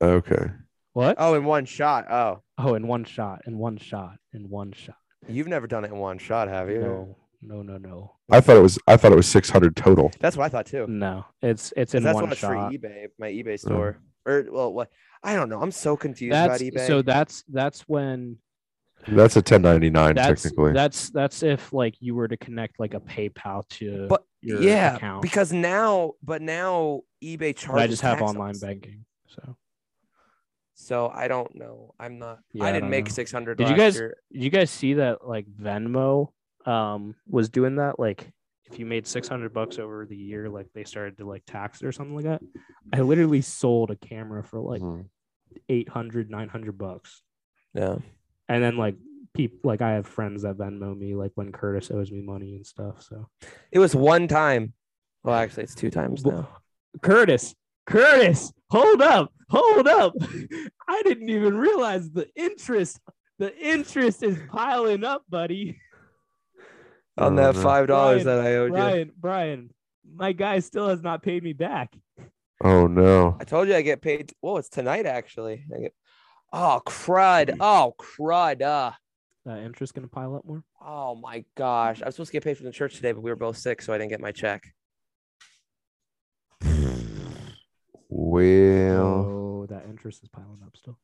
Speaker 4: okay.
Speaker 3: What?
Speaker 1: Oh, in one shot. Oh,
Speaker 3: Oh, in one shot, in one shot, in one shot.
Speaker 1: you've never done it in one shot, have you?
Speaker 3: No, no, no, no.
Speaker 4: I thought it was I thought it was 600 total.
Speaker 1: That's what I thought too.
Speaker 3: No, it's it's
Speaker 1: 'Cause
Speaker 3: in
Speaker 1: That's
Speaker 3: one
Speaker 1: what it's
Speaker 3: shot.
Speaker 1: for eBay, my eBay store, or well, what? I don't know. I'm so confused about
Speaker 3: That's
Speaker 1: eBay.
Speaker 3: so that's that's when
Speaker 4: That's a 1099
Speaker 3: that's
Speaker 4: technically.
Speaker 3: that's that's if like you were to connect like a PayPal to
Speaker 1: But,
Speaker 3: your
Speaker 1: yeah,
Speaker 3: account.
Speaker 1: because now, but now eBay
Speaker 3: But
Speaker 1: charges.
Speaker 3: I just have
Speaker 1: tax on
Speaker 3: online
Speaker 1: us.
Speaker 3: banking. So
Speaker 1: So I don't know. I'm not.
Speaker 3: Yeah, I
Speaker 1: I didn't
Speaker 3: don't
Speaker 1: make
Speaker 3: know.
Speaker 1: six hundred.
Speaker 3: Did you
Speaker 1: last
Speaker 3: guys-
Speaker 1: Year.
Speaker 3: Did you guys see that like Venmo um was doing that like if you made 600 bucks over the year like they started to like tax it or something like that I literally sold a camera for like
Speaker 4: Mhm.
Speaker 3: 800 900 bucks
Speaker 1: Yeah.
Speaker 3: and then like people like I have friends that Venmo me like when Curtis owes me money and stuff so
Speaker 1: It was one time. Well, actually, it's two times
Speaker 3: Bu-
Speaker 1: now.
Speaker 3: Curtis Curtis hold up hold up I didn't even realize the interest the interest is piling up buddy
Speaker 1: On
Speaker 4: Oh,
Speaker 1: that
Speaker 4: no.
Speaker 1: five dollars
Speaker 3: Ryan,
Speaker 1: that I owed you,
Speaker 3: Brian, Brian, my guy still has not paid me back.
Speaker 4: Oh no.
Speaker 1: I told you I get paid. Well, it's tonight actually. I get, oh crud!
Speaker 3: Mm-hmm.
Speaker 1: Oh crud! Uh,
Speaker 3: Uh, interest gonna pile up more.
Speaker 1: oh my gosh! I was supposed to get paid from the church today, but we were both sick, so I didn't get my check.
Speaker 4: Well,
Speaker 3: Oh, that interest is piling up still.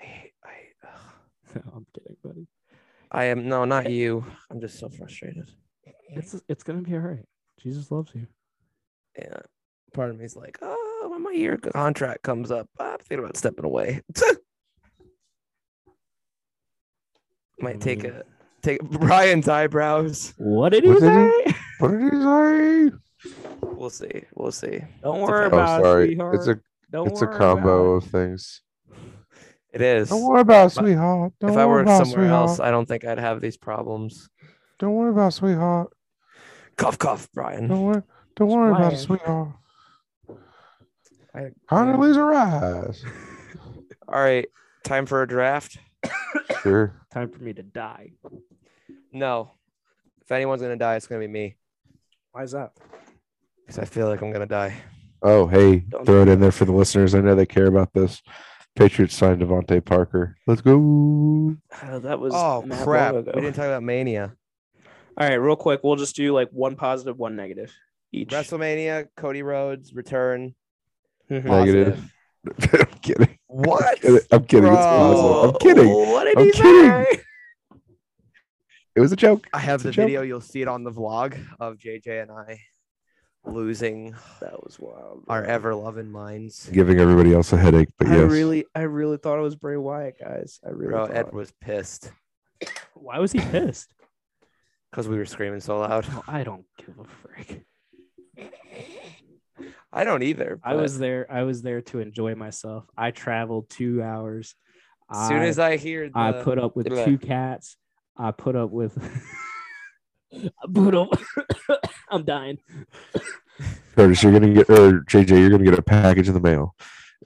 Speaker 1: I hate. I, ugh.
Speaker 3: I'm kidding, buddy.
Speaker 1: I am no, not you. I'm just so frustrated.
Speaker 3: It's it's gonna be all right. Jesus loves you.
Speaker 1: Yeah. Part of me is like, oh, my year contract comes up, I'm thinking about stepping away. Might take
Speaker 4: Mm.
Speaker 1: a take Brian's eyebrows.
Speaker 3: What did he
Speaker 4: What did
Speaker 3: say?
Speaker 4: What did he say?
Speaker 1: We'll see. We'll see.
Speaker 3: Don't
Speaker 1: It's a combo.
Speaker 3: worry
Speaker 4: Oh,
Speaker 3: about
Speaker 4: sorry.
Speaker 3: it, sweetheart.
Speaker 4: It's a
Speaker 3: Don't
Speaker 4: it's a
Speaker 3: worry
Speaker 4: combo
Speaker 3: about
Speaker 4: of things.
Speaker 1: It is.
Speaker 4: Don't worry about it,
Speaker 1: But
Speaker 4: sweetheart. Don't
Speaker 1: If I
Speaker 4: worry
Speaker 1: were
Speaker 4: about it,
Speaker 1: somewhere
Speaker 4: sweetheart.
Speaker 1: else, I don't think I'd have these problems.
Speaker 4: Don't worry about it, sweetheart.
Speaker 1: Cough, cough, Brian.
Speaker 4: Don't worry. Don't worry about it,
Speaker 3: Brian.
Speaker 4: sweetheart.
Speaker 1: I-
Speaker 4: Honor,
Speaker 1: yeah.
Speaker 4: lose her eyes.
Speaker 1: All right, time for a draft.
Speaker 4: Sure.
Speaker 3: it. Time for me to die.
Speaker 1: No, if anyone's gonna die, it's gonna be me
Speaker 3: Why is that?
Speaker 1: because I feel like I'm gonna die.
Speaker 4: Oh, hey,
Speaker 3: Don't
Speaker 4: throw it in there for the listeners. I know they care about this. Patriots signed Devontae Parker. Let's go.
Speaker 3: Oh, that was
Speaker 1: Oh
Speaker 3: not long
Speaker 1: crap! We
Speaker 3: ago.
Speaker 1: didn't talk about Mania.
Speaker 3: All right, real quick, we'll just do like one positive, one negative each.
Speaker 1: WrestleMania, Cody Rhodes return.
Speaker 3: Mhm.
Speaker 4: Negative.
Speaker 1: Positive.
Speaker 4: I'm kidding.
Speaker 1: What?
Speaker 4: I'm kidding. It's possible. I'm kidding.
Speaker 1: What did
Speaker 4: I'm
Speaker 1: he
Speaker 4: kidding.
Speaker 1: say?
Speaker 4: It was a joke.
Speaker 1: I have
Speaker 4: It's a
Speaker 1: the
Speaker 4: joke.
Speaker 1: video. You'll see it on the vlog of JJ and I losing
Speaker 3: That was wild.
Speaker 1: our
Speaker 3: bro.
Speaker 1: ever loving minds.
Speaker 4: Giving everybody else a headache, but
Speaker 3: I
Speaker 4: yes.
Speaker 3: really, I really thought it was Bray Wyatt, guys. I really.
Speaker 1: Bro,
Speaker 3: thought
Speaker 1: Ed
Speaker 3: it-
Speaker 1: was pissed
Speaker 3: Why was he pissed?
Speaker 1: because we were screaming so loud.
Speaker 3: No, I don't give a frick.
Speaker 1: I don't either.
Speaker 3: I was there. I was there to enjoy myself. I traveled two hours.
Speaker 1: As soon
Speaker 3: I-
Speaker 1: as I hear, the,
Speaker 3: I put up with
Speaker 1: Look.
Speaker 3: two cats. I put up with. I put up. I'm dying.
Speaker 4: Curtis, you're gonna get or JJ, you're gonna get a package in the mail.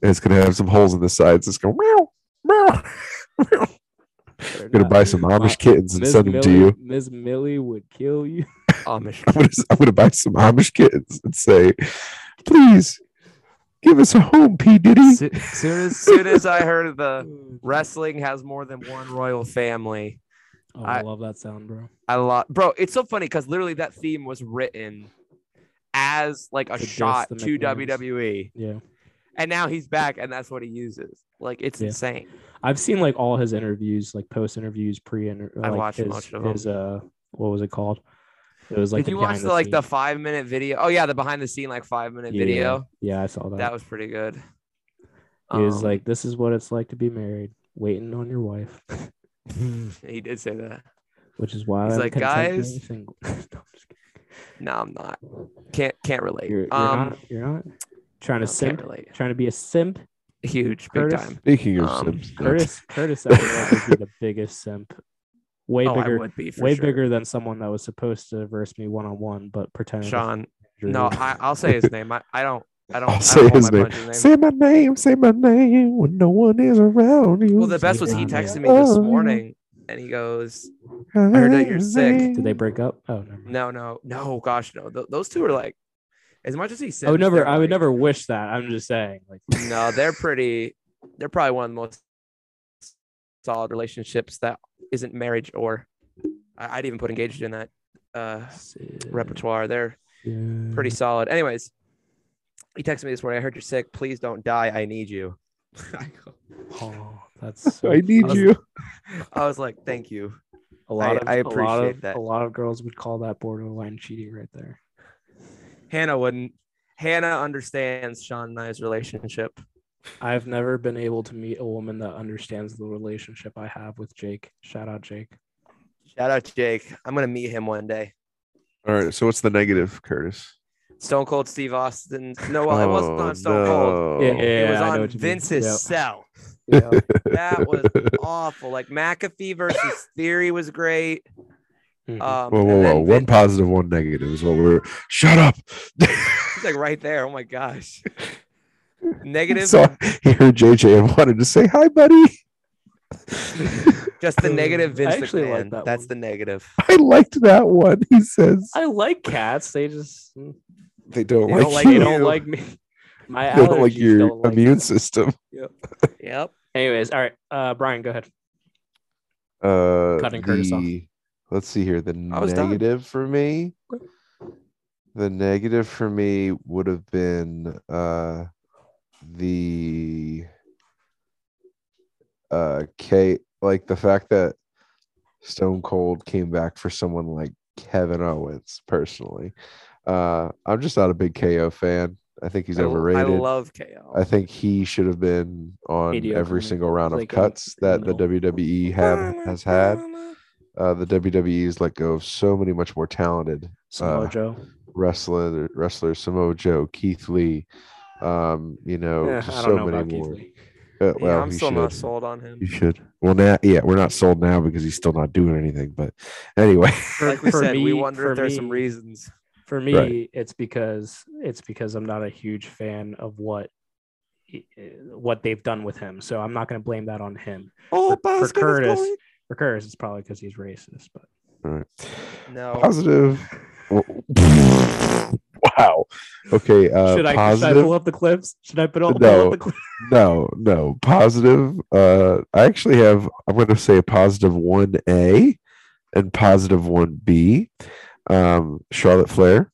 Speaker 4: And it's gonna have some holes in the sides. It's gonna meow, meow.
Speaker 3: Better
Speaker 4: I'm gonna
Speaker 3: not.
Speaker 4: buy some Amish kittens and
Speaker 3: Miss
Speaker 4: send them to
Speaker 3: Millie-
Speaker 4: you.
Speaker 3: Miss Millie would kill you.
Speaker 1: Amish.
Speaker 4: I'm gonna, I'm gonna buy some Amish kittens and say, please give us a home, P. Diddy.
Speaker 1: soon, soon as soon as I heard the wrestling has more than one royal family,
Speaker 3: Oh,
Speaker 1: I-
Speaker 3: I love that sound, bro.
Speaker 1: I lot, bro. It's so funny because literally that theme was written as like a
Speaker 3: To diss
Speaker 1: shot
Speaker 3: the
Speaker 1: to E.
Speaker 3: McMahons.
Speaker 1: WWE,
Speaker 3: Yeah.
Speaker 1: and now he's back, and that's what he uses. Like it's
Speaker 3: Yeah.
Speaker 1: insane.
Speaker 3: I've seen like all his interviews, like post interviews, pre interview.
Speaker 1: I've
Speaker 3: like,
Speaker 1: watched
Speaker 3: his,
Speaker 1: most of 'em.
Speaker 3: His, uh, what was it called? It was like
Speaker 1: Did you watch the, like the five minute video? Oh yeah, the behind the scene like five minute
Speaker 3: Yeah.
Speaker 1: video.
Speaker 3: yeah, I saw that.
Speaker 1: That was pretty good.
Speaker 3: He was
Speaker 1: Um,
Speaker 3: like, "This is what it's like to be married, waiting on your wife,"
Speaker 1: he did say that.
Speaker 3: which is why
Speaker 1: He's
Speaker 3: I'm
Speaker 1: like,
Speaker 3: content being
Speaker 1: "Guys,
Speaker 3: single." No, I'm just kidding.
Speaker 1: No, I'm not. Can't can't relate.
Speaker 3: you're, you're
Speaker 1: um,
Speaker 3: not, you're not trying
Speaker 1: no,
Speaker 3: to
Speaker 1: can't
Speaker 3: simp,
Speaker 1: relate.
Speaker 3: trying to be a simp.
Speaker 1: Huge, big
Speaker 3: Curtis?
Speaker 1: time.
Speaker 4: Speaking of
Speaker 1: Um,
Speaker 4: Sims,
Speaker 3: Curtis, Curtis, I think would be the biggest simp. Way
Speaker 1: oh, I
Speaker 3: bigger,
Speaker 1: would be for
Speaker 3: way
Speaker 1: sure.
Speaker 3: bigger than someone that was supposed to verse me one on one, but pretended. to
Speaker 1: Sean.
Speaker 3: injure
Speaker 1: No,
Speaker 3: me.
Speaker 1: I, I'll say his name. I, I don't. I don't.
Speaker 4: I'll
Speaker 1: I don't
Speaker 4: say
Speaker 1: want
Speaker 4: his
Speaker 1: my
Speaker 4: name.
Speaker 1: punch's
Speaker 4: Say my name, say my name when no one is around you.
Speaker 1: Well, the best was he texted me this
Speaker 4: Oh.
Speaker 1: morning, and he goes,
Speaker 4: I
Speaker 1: heard that you're sick.
Speaker 3: Did they break up? Oh, never. mind.
Speaker 1: "No, no, no, gosh, no." Th- those two are like, as much as he said,
Speaker 3: I would Oh, never. I would never wish that. I'm just saying. Like,
Speaker 1: No, they're pretty. They're probably one of the most solid relationships that isn't marriage or. I- I'd even put engaged in that uh, repertoire. They're pretty
Speaker 3: Mm-hmm.
Speaker 1: solid. Anyways, he texted me this morning. I heard you're sick. Please don't die. I need you. I go-
Speaker 3: Oh, that's. So
Speaker 4: I need
Speaker 3: cute.
Speaker 4: you.
Speaker 1: I was like, thank you.
Speaker 3: A lot
Speaker 1: I-
Speaker 3: of.
Speaker 1: I
Speaker 3: a lot
Speaker 1: appreciate
Speaker 3: of,
Speaker 1: that.
Speaker 3: A lot of girls would call that borderline cheating right there.
Speaker 1: Hannah wouldn't. Hannah understands Sean and I's relationship.
Speaker 3: I've never been able to meet a woman that understands the relationship I have with Jake. Shout out, Jake.
Speaker 1: Shout out to Jake. I'm gonna meet him one day.
Speaker 4: All right, so what's the negative, Curtis?
Speaker 1: Stone Cold Steve Austin. No, well, it wasn't
Speaker 4: Oh,
Speaker 1: on Stone Cold.
Speaker 3: Yeah.
Speaker 1: it Oh. was
Speaker 3: I know
Speaker 1: on
Speaker 3: what you mean.
Speaker 1: Vince's
Speaker 3: Yep.
Speaker 1: cell.
Speaker 3: Yeah.
Speaker 1: That was awful. Like McAfee versus Theory was great.
Speaker 3: Mm-hmm.
Speaker 1: Um,
Speaker 4: Whoa,
Speaker 1: and
Speaker 4: whoa,
Speaker 1: then
Speaker 4: whoa. One
Speaker 1: Vince-
Speaker 4: positive, one negative is what we're. Shut up.
Speaker 1: He's like right there. Oh my gosh. Negative,
Speaker 4: so he heard JJ and wanted to say, Hi, buddy.
Speaker 1: just the negative Vince
Speaker 3: I actually like
Speaker 1: McMahon.
Speaker 3: that
Speaker 1: That's
Speaker 3: one.
Speaker 1: the negative.
Speaker 4: I liked that one. He says,
Speaker 3: I like cats. They just
Speaker 4: They don't
Speaker 1: They
Speaker 4: like
Speaker 1: don't like
Speaker 4: you.
Speaker 3: they don't
Speaker 1: you.
Speaker 3: like me. My
Speaker 4: They don't like
Speaker 3: allergies
Speaker 4: your
Speaker 3: don't like
Speaker 4: immune
Speaker 3: me.
Speaker 4: system.
Speaker 1: Yep.
Speaker 3: Anyways, all right. Uh, Brian, go ahead.
Speaker 4: Uh,
Speaker 3: Cutting Curtis off.
Speaker 4: the- Let's see here. The
Speaker 1: I was done.
Speaker 4: negative for me. The negative for me would have been uh, the uh, K, like the fact that Stone Cold came back for someone like Kevin Owens. Personally, uh, I'm just not a big KO fan. I think he's
Speaker 1: I l-
Speaker 4: overrated.
Speaker 1: I love KO.
Speaker 4: I think he should have been on
Speaker 2: Mediocre
Speaker 4: every
Speaker 2: mid-
Speaker 4: single round of
Speaker 2: like in-
Speaker 4: cuts
Speaker 2: in the
Speaker 4: that the
Speaker 2: middle.
Speaker 3: Mm-hmm.
Speaker 4: WWE had has had. Uh, the WWE's let go of so many much more talented
Speaker 2: Samoa
Speaker 4: Uh,
Speaker 2: Joe.
Speaker 4: wrestler wrestlers, Samoa Joe, Keith Lee, um, you know,
Speaker 2: Eh,
Speaker 4: just
Speaker 2: I
Speaker 4: so
Speaker 2: don't know
Speaker 4: many
Speaker 2: about Keith
Speaker 4: more.
Speaker 2: Lee.
Speaker 4: Uh,
Speaker 1: yeah,
Speaker 4: well,
Speaker 1: I'm
Speaker 4: he
Speaker 1: still not
Speaker 4: should.
Speaker 1: sold on him.
Speaker 4: You should. Well, now, yeah, we're not sold now because he's still not doing anything. But anyway,
Speaker 3: For-
Speaker 1: Like we
Speaker 3: for
Speaker 1: said, we
Speaker 3: me-
Speaker 1: wonder
Speaker 3: for
Speaker 1: if there's some
Speaker 3: me-
Speaker 1: reasons.
Speaker 3: for me
Speaker 4: Right.
Speaker 3: it's because it's because i'm not a huge fan of what e, what they've done with him so i'm not going to blame that on him
Speaker 1: Oh,
Speaker 3: for curtis for curtis it's probably because he's racist but
Speaker 4: all right.
Speaker 1: No.
Speaker 4: positive. Wow. Okay. Uh,
Speaker 3: should, I, should i
Speaker 4: positive.
Speaker 3: pull up the clips should i put all,
Speaker 4: No.
Speaker 3: pull up the clips
Speaker 4: No, no, positive. Uh, I actually have, I'm going to say a positive 1A and positive 1B. Um, Charlotte Flair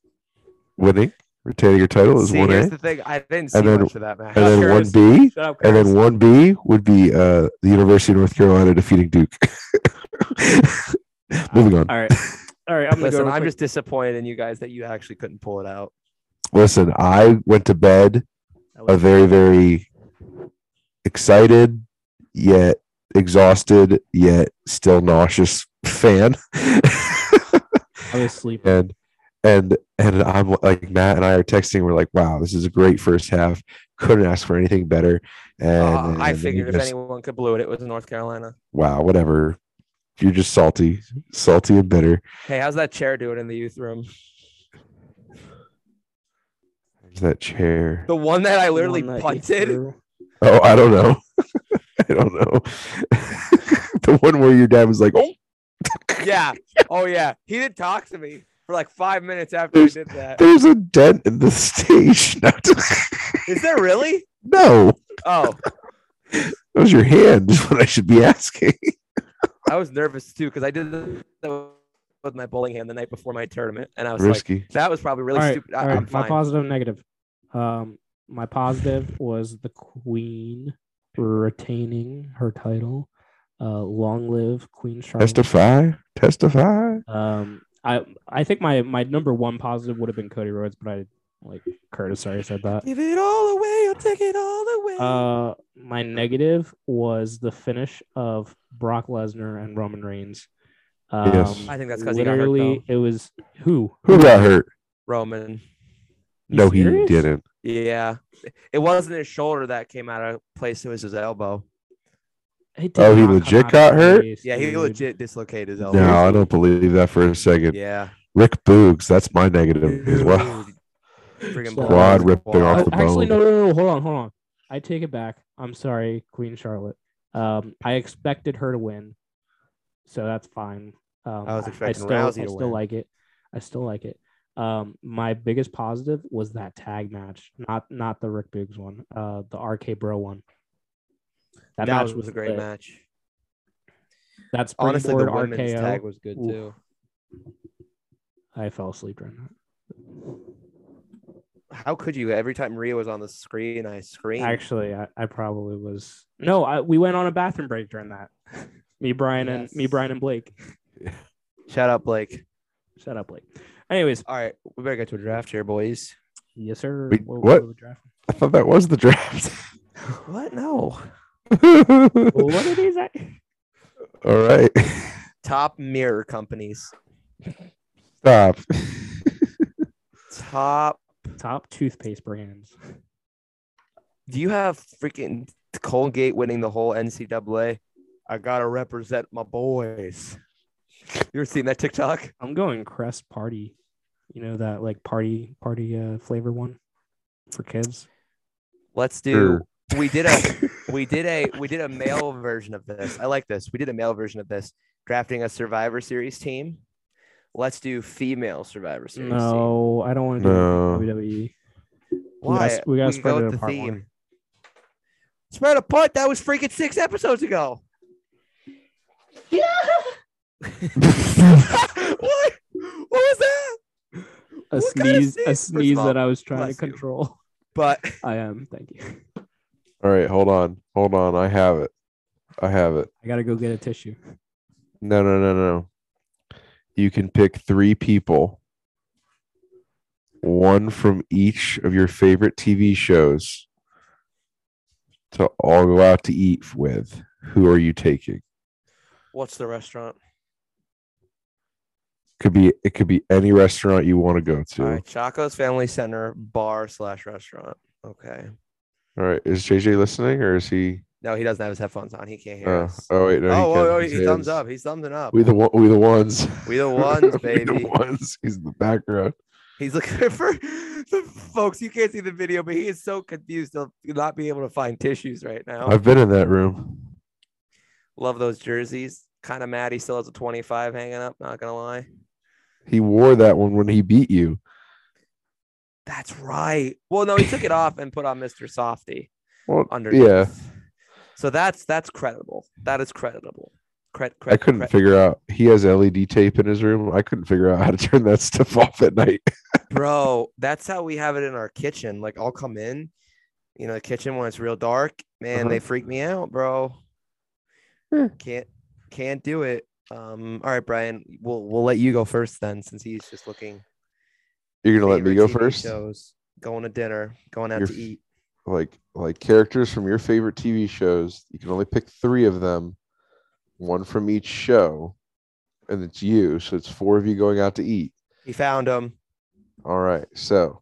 Speaker 4: winning, retaining her title is
Speaker 1: See, here's
Speaker 4: 1A.
Speaker 1: the thing. I didn't see
Speaker 4: then-
Speaker 1: much of that match.
Speaker 4: And then
Speaker 3: Curtis.
Speaker 4: 1B,
Speaker 3: Shut up,
Speaker 4: and then
Speaker 3: Curtis.
Speaker 4: 1B would be uh, the University of North Carolina defeating Duke. Moving on.
Speaker 3: all right all right i'm going to go
Speaker 1: Listen,
Speaker 3: real
Speaker 1: I'm
Speaker 3: quick.
Speaker 1: just disappointed in you guys that you actually couldn't pull it out.
Speaker 4: Listen, I went to bed
Speaker 3: That
Speaker 4: a
Speaker 3: was-
Speaker 4: very, very excited yet exhausted yet still nauseous fan.
Speaker 3: I was sleeping
Speaker 4: and and and I'm like Matt and I are texting. We're like, wow, this is a great first half. Couldn't ask for anything better. And,
Speaker 1: Uh, I
Speaker 4: and
Speaker 1: figured if
Speaker 4: just-
Speaker 1: anyone could blew it, it was North Carolina.
Speaker 4: wow, whatever. You're just salty, salty and bitter.
Speaker 1: Hey, how's that chair doing in the youth room?
Speaker 4: There's that chair.
Speaker 1: The one that I literally
Speaker 2: One that you
Speaker 1: punted.
Speaker 2: threw.
Speaker 4: Oh, I don't know. I don't know. the one where your dad was like, oh,
Speaker 1: Yeah. Oh yeah. He did talk to me for like five minutes after
Speaker 4: There's-
Speaker 1: I did that.
Speaker 4: there's a dent in the stage.
Speaker 1: Is there really?
Speaker 4: no,
Speaker 1: Oh,
Speaker 4: that was your hand. Is what I should be asking.
Speaker 1: I was nervous too because I did that with my bowling hand the night before my tournament, and I was like,
Speaker 4: Risky.
Speaker 1: that was probably really
Speaker 3: All right,
Speaker 1: stupid.
Speaker 3: all
Speaker 1: I,
Speaker 3: right,
Speaker 1: I'm
Speaker 3: my
Speaker 1: fine.
Speaker 3: positive and negative um my positive was the queen retaining her title uh long live queen charlotte
Speaker 4: Testify. Testify.
Speaker 3: Um, I I think my my number one positive would have been Cody Rhodes, but I like Curtis already said that.
Speaker 1: Give it all away. I'll take it all away.
Speaker 3: Uh, my negative was the finish of Brock Lesnar and Roman Reigns. Um,
Speaker 4: Yes.
Speaker 1: I think that's because he got hurt
Speaker 3: literally
Speaker 1: though.
Speaker 3: it was who
Speaker 4: Who got hurt?
Speaker 1: Roman.
Speaker 3: You
Speaker 4: No, he
Speaker 3: serious?
Speaker 4: didn't.
Speaker 1: Yeah, it wasn't his shoulder that came out of place. It was his elbow.
Speaker 3: He did
Speaker 4: Oh, he
Speaker 3: not come
Speaker 4: legit
Speaker 3: out of
Speaker 4: got hurt?
Speaker 3: place,
Speaker 1: Yeah, he
Speaker 3: dude.
Speaker 1: legit dislocated his elbow.
Speaker 4: No, I don't believe that for a second.
Speaker 1: Yeah.
Speaker 4: Rick Boogs, that's my negative as well.
Speaker 1: Dude. Friggin'
Speaker 3: So-
Speaker 4: Quad ripping
Speaker 3: Oh,
Speaker 4: off the
Speaker 3: actually,
Speaker 4: bone.
Speaker 3: no, no, no, hold on, hold on. I take it back. I'm sorry, Queen Charlotte. Um, I expected her to win, so that's fine. Um,
Speaker 1: I was expecting
Speaker 3: still,
Speaker 1: Rousey
Speaker 3: I
Speaker 1: to
Speaker 3: still
Speaker 1: win.
Speaker 3: like it. I still like it. Um, my biggest positive was that tag match, not not the Rick Boogs one, uh, the RK Bro one.
Speaker 1: That,
Speaker 3: match
Speaker 1: was, a great
Speaker 3: lit.
Speaker 1: match.
Speaker 3: That's
Speaker 1: Honestly, the
Speaker 3: springboard
Speaker 1: women's
Speaker 3: RKO.
Speaker 1: tag was good
Speaker 3: Oof.
Speaker 1: too.
Speaker 3: I fell asleep during that.
Speaker 1: How could you? Every time Rhea was on the screen, I screamed.
Speaker 3: Actually, I, I probably was. No, I, we went on a bathroom break during that. me, Brian, and me,
Speaker 1: Yes.
Speaker 3: Brian, and Blake.
Speaker 1: Shut up, Blake.
Speaker 3: Shut up, Blake. Anyways,
Speaker 1: All right, we better get to a draft here, boys.
Speaker 3: yes, sir.
Speaker 4: Wait,
Speaker 3: We'll-
Speaker 4: what?
Speaker 3: we'll draft-
Speaker 4: I thought that was the draft.
Speaker 1: What? No.
Speaker 4: All
Speaker 3: what did he say?
Speaker 4: right.
Speaker 1: Top mirror companies.
Speaker 4: Stop.
Speaker 1: Top.
Speaker 3: Top toothpaste brands.
Speaker 1: Do you have freaking Colgate winning the whole NCAA? I gotta represent my boys. You ever seen that TikTok?
Speaker 3: I'm going Crest Party. You know that like party party uh, flavor one for kids.
Speaker 1: Let's do. We did a we did a we did a male version of this. I like this. We did a male version of this, drafting a Survivor Series team. Let's do female Survivor Series. team.
Speaker 3: No, I don't want to
Speaker 4: No.
Speaker 3: do E. WWE.
Speaker 1: Why?
Speaker 3: gotta- we gotta
Speaker 1: could
Speaker 3: spread
Speaker 1: go
Speaker 3: it
Speaker 1: with the
Speaker 3: apart more.
Speaker 1: theme. Spread apart. That was freaking six episodes ago. what? What was that?
Speaker 3: A
Speaker 1: What kind of
Speaker 3: sneeze,
Speaker 1: sneeze?
Speaker 3: a
Speaker 1: First of
Speaker 3: sneeze that
Speaker 1: all,
Speaker 3: I was trying to
Speaker 1: bless you.
Speaker 3: control.
Speaker 1: But
Speaker 3: I am. Thank you.
Speaker 4: All right, hold on. Hold on. I have it. I have it.
Speaker 3: I gotta go get a tissue.
Speaker 4: No, no, no, no. You can pick three people one from each of your favorite TV shows to all go out to eat with, who are you taking?
Speaker 1: What's the restaurant?
Speaker 4: Could be it could be any restaurant you want to go to.
Speaker 1: All right, Chaco's Family Center bar slash restaurant. Okay.
Speaker 4: All right, is JJ listening or is he?
Speaker 1: No, he doesn't have his headphones on. He can't hear
Speaker 4: Oh,
Speaker 1: us.
Speaker 4: oh wait, no.
Speaker 1: oh,
Speaker 4: he,
Speaker 1: oh, oh,
Speaker 4: can.
Speaker 1: he
Speaker 4: His
Speaker 1: thumbs
Speaker 4: hands.
Speaker 1: up. He's thumbing up.
Speaker 4: We the one. We the ones.
Speaker 1: We the ones,
Speaker 4: we
Speaker 1: baby.
Speaker 4: the ones. He's in the background.
Speaker 1: He's looking for the folks. You can't see the video, but he is so confused of not being able to find tissues right now.
Speaker 4: I've been in that room.
Speaker 1: Love those jerseys. Kind of mad he still has a 25 hanging up. Not gonna lie.
Speaker 4: He wore that one when he beat you.
Speaker 1: That's right. Well, no, he took it off and put on Mr. Softy
Speaker 4: Well,
Speaker 1: underneath.
Speaker 4: yeah,
Speaker 1: So that's that's creditable. That is creditable. Cred, cred,
Speaker 4: I couldn't
Speaker 1: cred-
Speaker 4: figure out. He has LED tape in his room. I couldn't figure out how to turn that stuff off at night.
Speaker 1: bro. That's how we have it in our kitchen. Like I'll come in, you know, the kitchen when it's real dark. Man,
Speaker 4: Uh-huh.
Speaker 1: they freak me out, bro.
Speaker 4: Hmm.
Speaker 1: Can't can't do it. Um, all right, Brian. We'll we'll let you go first then, since he's just looking.
Speaker 4: You're gonna let me
Speaker 1: favorite
Speaker 4: go
Speaker 1: TV
Speaker 4: first.
Speaker 1: Shows going to dinner, going out
Speaker 4: Your
Speaker 1: to
Speaker 4: f-
Speaker 1: eat.
Speaker 4: like like characters from your favorite TV shows. You can only pick three of them, one from each show, and it's you. So it's four of you going out to eat.
Speaker 1: He found him.
Speaker 4: All right. So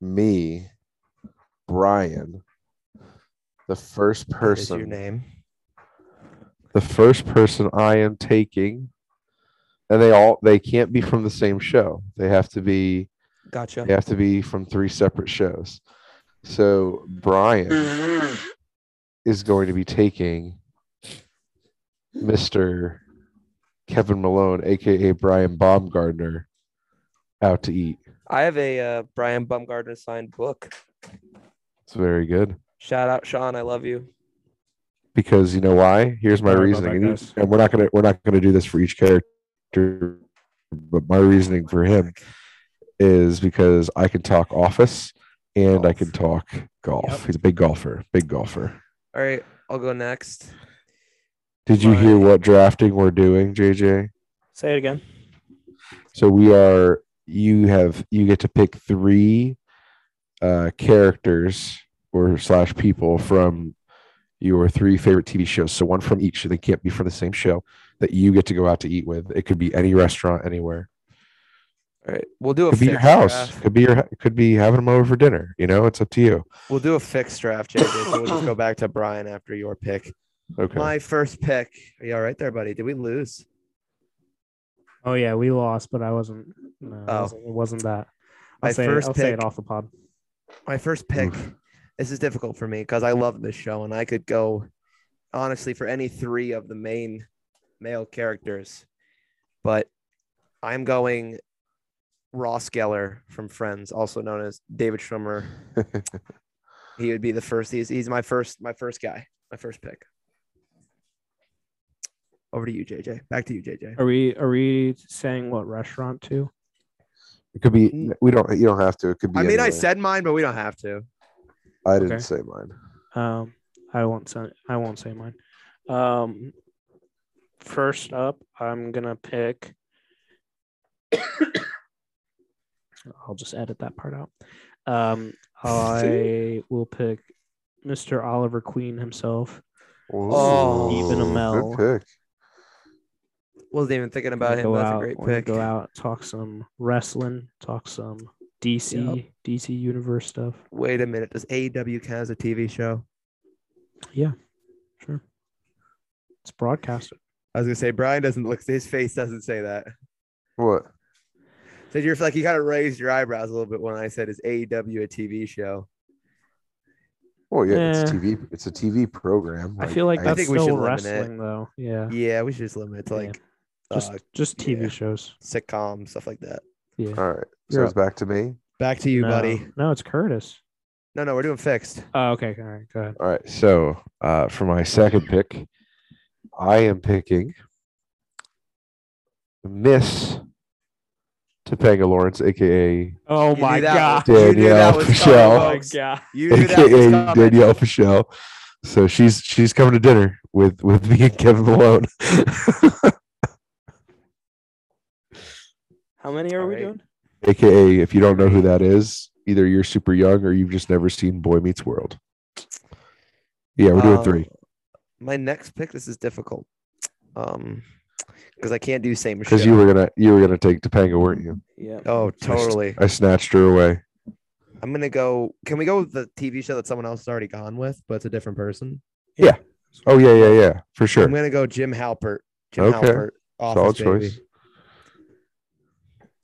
Speaker 4: me, Brian, the first
Speaker 1: What is your
Speaker 4: person,
Speaker 1: name?
Speaker 4: the first person I am taking, and they all they can't be from the same show. They have to be
Speaker 1: Gotcha.
Speaker 4: they have to be from three separate shows. So Brian is going to be taking Mr. Kevin Malone, aka Brian Baumgardner, out to eat.
Speaker 1: I have a uh, Brian Bumgarner signed book.
Speaker 4: It's very good
Speaker 1: Shout out, Sean. I love you.
Speaker 4: because you know why? Here's
Speaker 2: Sorry
Speaker 4: my
Speaker 2: about
Speaker 4: reasoning,
Speaker 2: that,
Speaker 4: and,
Speaker 2: guys.
Speaker 4: you- and we're not gonna we're not gonna do this for each character, but my reasoning for him is because I can talk office and I
Speaker 1: Golf.
Speaker 4: can talk golf. He's a big golfer, big golfer.
Speaker 1: All right, I'll go next.
Speaker 4: Did you hear
Speaker 1: Right.
Speaker 4: what drafting we're doing, JJ?
Speaker 3: Say it again.
Speaker 4: So we are. You have. You get to pick three uh, characters or slash people from your three favorite TV shows. So one from each. So they can't be from the same show that you get to go out to eat with. It could be any restaurant anywhere.
Speaker 1: All right, we'll do a
Speaker 4: Could be your
Speaker 1: fixed
Speaker 4: house.
Speaker 1: draft.
Speaker 4: Could be your. Could be having them over for dinner. You know, it's up to you.
Speaker 1: We'll do a fixed draft, JJ. So we'll just go back to Brian after your pick.
Speaker 4: Okay.
Speaker 1: My first pick. Are you all right there, buddy? Did we lose?
Speaker 3: Oh yeah, we lost, but I wasn't. No, it
Speaker 1: Oh.
Speaker 3: wasn't- it wasn't that. I'll
Speaker 1: My
Speaker 3: say
Speaker 1: first
Speaker 3: it, I'll say it
Speaker 1: pick-
Speaker 3: off the pod.
Speaker 1: My first pick.
Speaker 4: Oof.
Speaker 1: This is difficult for me because I love this show and I could go honestly for any three of the main male characters, but I'm going Ross Geller from Friends, also known as David Schwimmer. He would be the first. He's he's my first my first guy, my first pick. Over to you, JJ. Back to you, JJ.
Speaker 3: Are we are we saying what restaurant too?
Speaker 4: it could be. We don't. You don't have to. It could be.
Speaker 1: Mm. I mean, I
Speaker 4: anywhere.
Speaker 1: said mine, but we don't have to.
Speaker 4: I didn't
Speaker 3: Okay.
Speaker 4: say mine.
Speaker 3: Um, I won't say I won't say mine. Um, first up, I'm gonna pick. I'll just edit that part out. Um, I will pick Mr. Oliver Queen himself.
Speaker 1: Oh.
Speaker 3: Even a
Speaker 4: Ooh,
Speaker 3: Mel.
Speaker 4: Good pick.
Speaker 1: Wasn't even thinking
Speaker 3: We're
Speaker 1: about
Speaker 3: gonna
Speaker 1: him.
Speaker 3: Go
Speaker 1: That's
Speaker 3: out,
Speaker 1: a great
Speaker 3: we're gonna
Speaker 1: pick.
Speaker 3: Go out, talk some wrestling, talk some DC DC universe stuff.
Speaker 1: Wait a minute. Does AEW count as a TV show?
Speaker 3: Sure, it's broadcasted.
Speaker 1: I was gonna say Brian doesn't look. His face doesn't say that.
Speaker 4: What?
Speaker 1: So you're like you kind of raised your eyebrows a little bit when I said is AEW a TV show?
Speaker 4: Oh yeah, it's
Speaker 3: Eh.
Speaker 4: TV. It's a TV program.
Speaker 3: I feel like
Speaker 1: I
Speaker 3: that's
Speaker 1: think we
Speaker 3: still
Speaker 1: should limit it.
Speaker 3: wrestling, though. Yeah,
Speaker 1: Yeah, we should just limit it to
Speaker 3: Yeah.
Speaker 1: like
Speaker 3: Just-
Speaker 1: uh,
Speaker 3: just TV
Speaker 1: yeah.
Speaker 3: shows.
Speaker 1: sitcom stuff like that.
Speaker 3: Yeah.
Speaker 4: All right, so
Speaker 3: You're
Speaker 4: it's back to me.
Speaker 1: Back to you,
Speaker 3: no,
Speaker 1: buddy.
Speaker 3: No, it's Curtis.
Speaker 1: No, no, we're doing fixed.
Speaker 3: Oh, okay. All right. Go ahead.
Speaker 4: All right, so uh, for my second pick, I am picking Miss Topanga Lawrence, aka
Speaker 3: Oh
Speaker 1: You
Speaker 3: my
Speaker 1: knew that
Speaker 3: god.
Speaker 1: was- you knew that
Speaker 4: Danielle
Speaker 1: was coming,
Speaker 4: Fischel.
Speaker 3: Oh my
Speaker 1: folks.
Speaker 3: god.
Speaker 1: You knew that was
Speaker 4: aka
Speaker 1: coming.
Speaker 4: Danielle Fischel. So she's she's coming to dinner with with me and Kevin Malone.
Speaker 3: How many are
Speaker 1: All
Speaker 3: we
Speaker 1: right.
Speaker 3: doing?
Speaker 4: AKA, if you don't know who that is, either you're super young or you've just never seen Boy Meets World. Yeah, we're doing
Speaker 1: Um,
Speaker 4: three.
Speaker 1: My next pick. This is difficult. Um, because I can't do same
Speaker 4: Because
Speaker 1: shit.
Speaker 4: you were gonna you were gonna take Topanga, weren't you?
Speaker 2: Yeah.
Speaker 1: oh, totally.
Speaker 4: I snatched her away.
Speaker 1: I'm gonna go. Can we go with the TV show that someone else has already gone with, but it's a different person?
Speaker 4: Oh yeah, yeah, yeah, for sure.
Speaker 1: I'm gonna go Jim Halpert. Jim
Speaker 4: Okay.
Speaker 1: Halpert.
Speaker 4: Solid
Speaker 1: Office, baby.
Speaker 4: choice.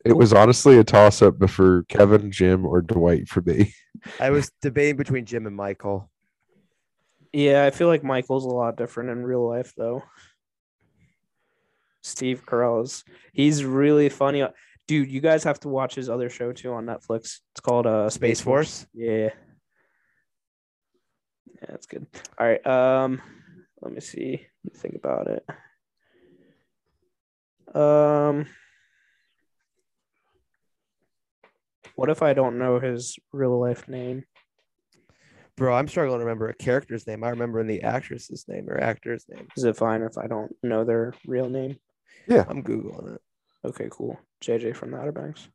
Speaker 4: It was honestly a toss up before Kevin, Jim, or Dwight for me.
Speaker 1: I was debating between Jim and Michael.
Speaker 2: Yeah, I feel like Michael's a lot different in real life though.
Speaker 6: Steve Carell's. He's really funny. Dude, you guys have to watch his other show too on Netflix. It's called uh
Speaker 1: Space Force.
Speaker 6: Yeah. Yeah, that's good. All right. Um let me see. Let me think about it. Um What if I don't know his real life name?
Speaker 1: Bro, I'm struggling to remember a character's name. I remember the actress's name or actor's name.
Speaker 6: Is it fine if I don't know their real name?
Speaker 1: I'm googling it.
Speaker 6: Okay, cool. JJ from the Outer Banks.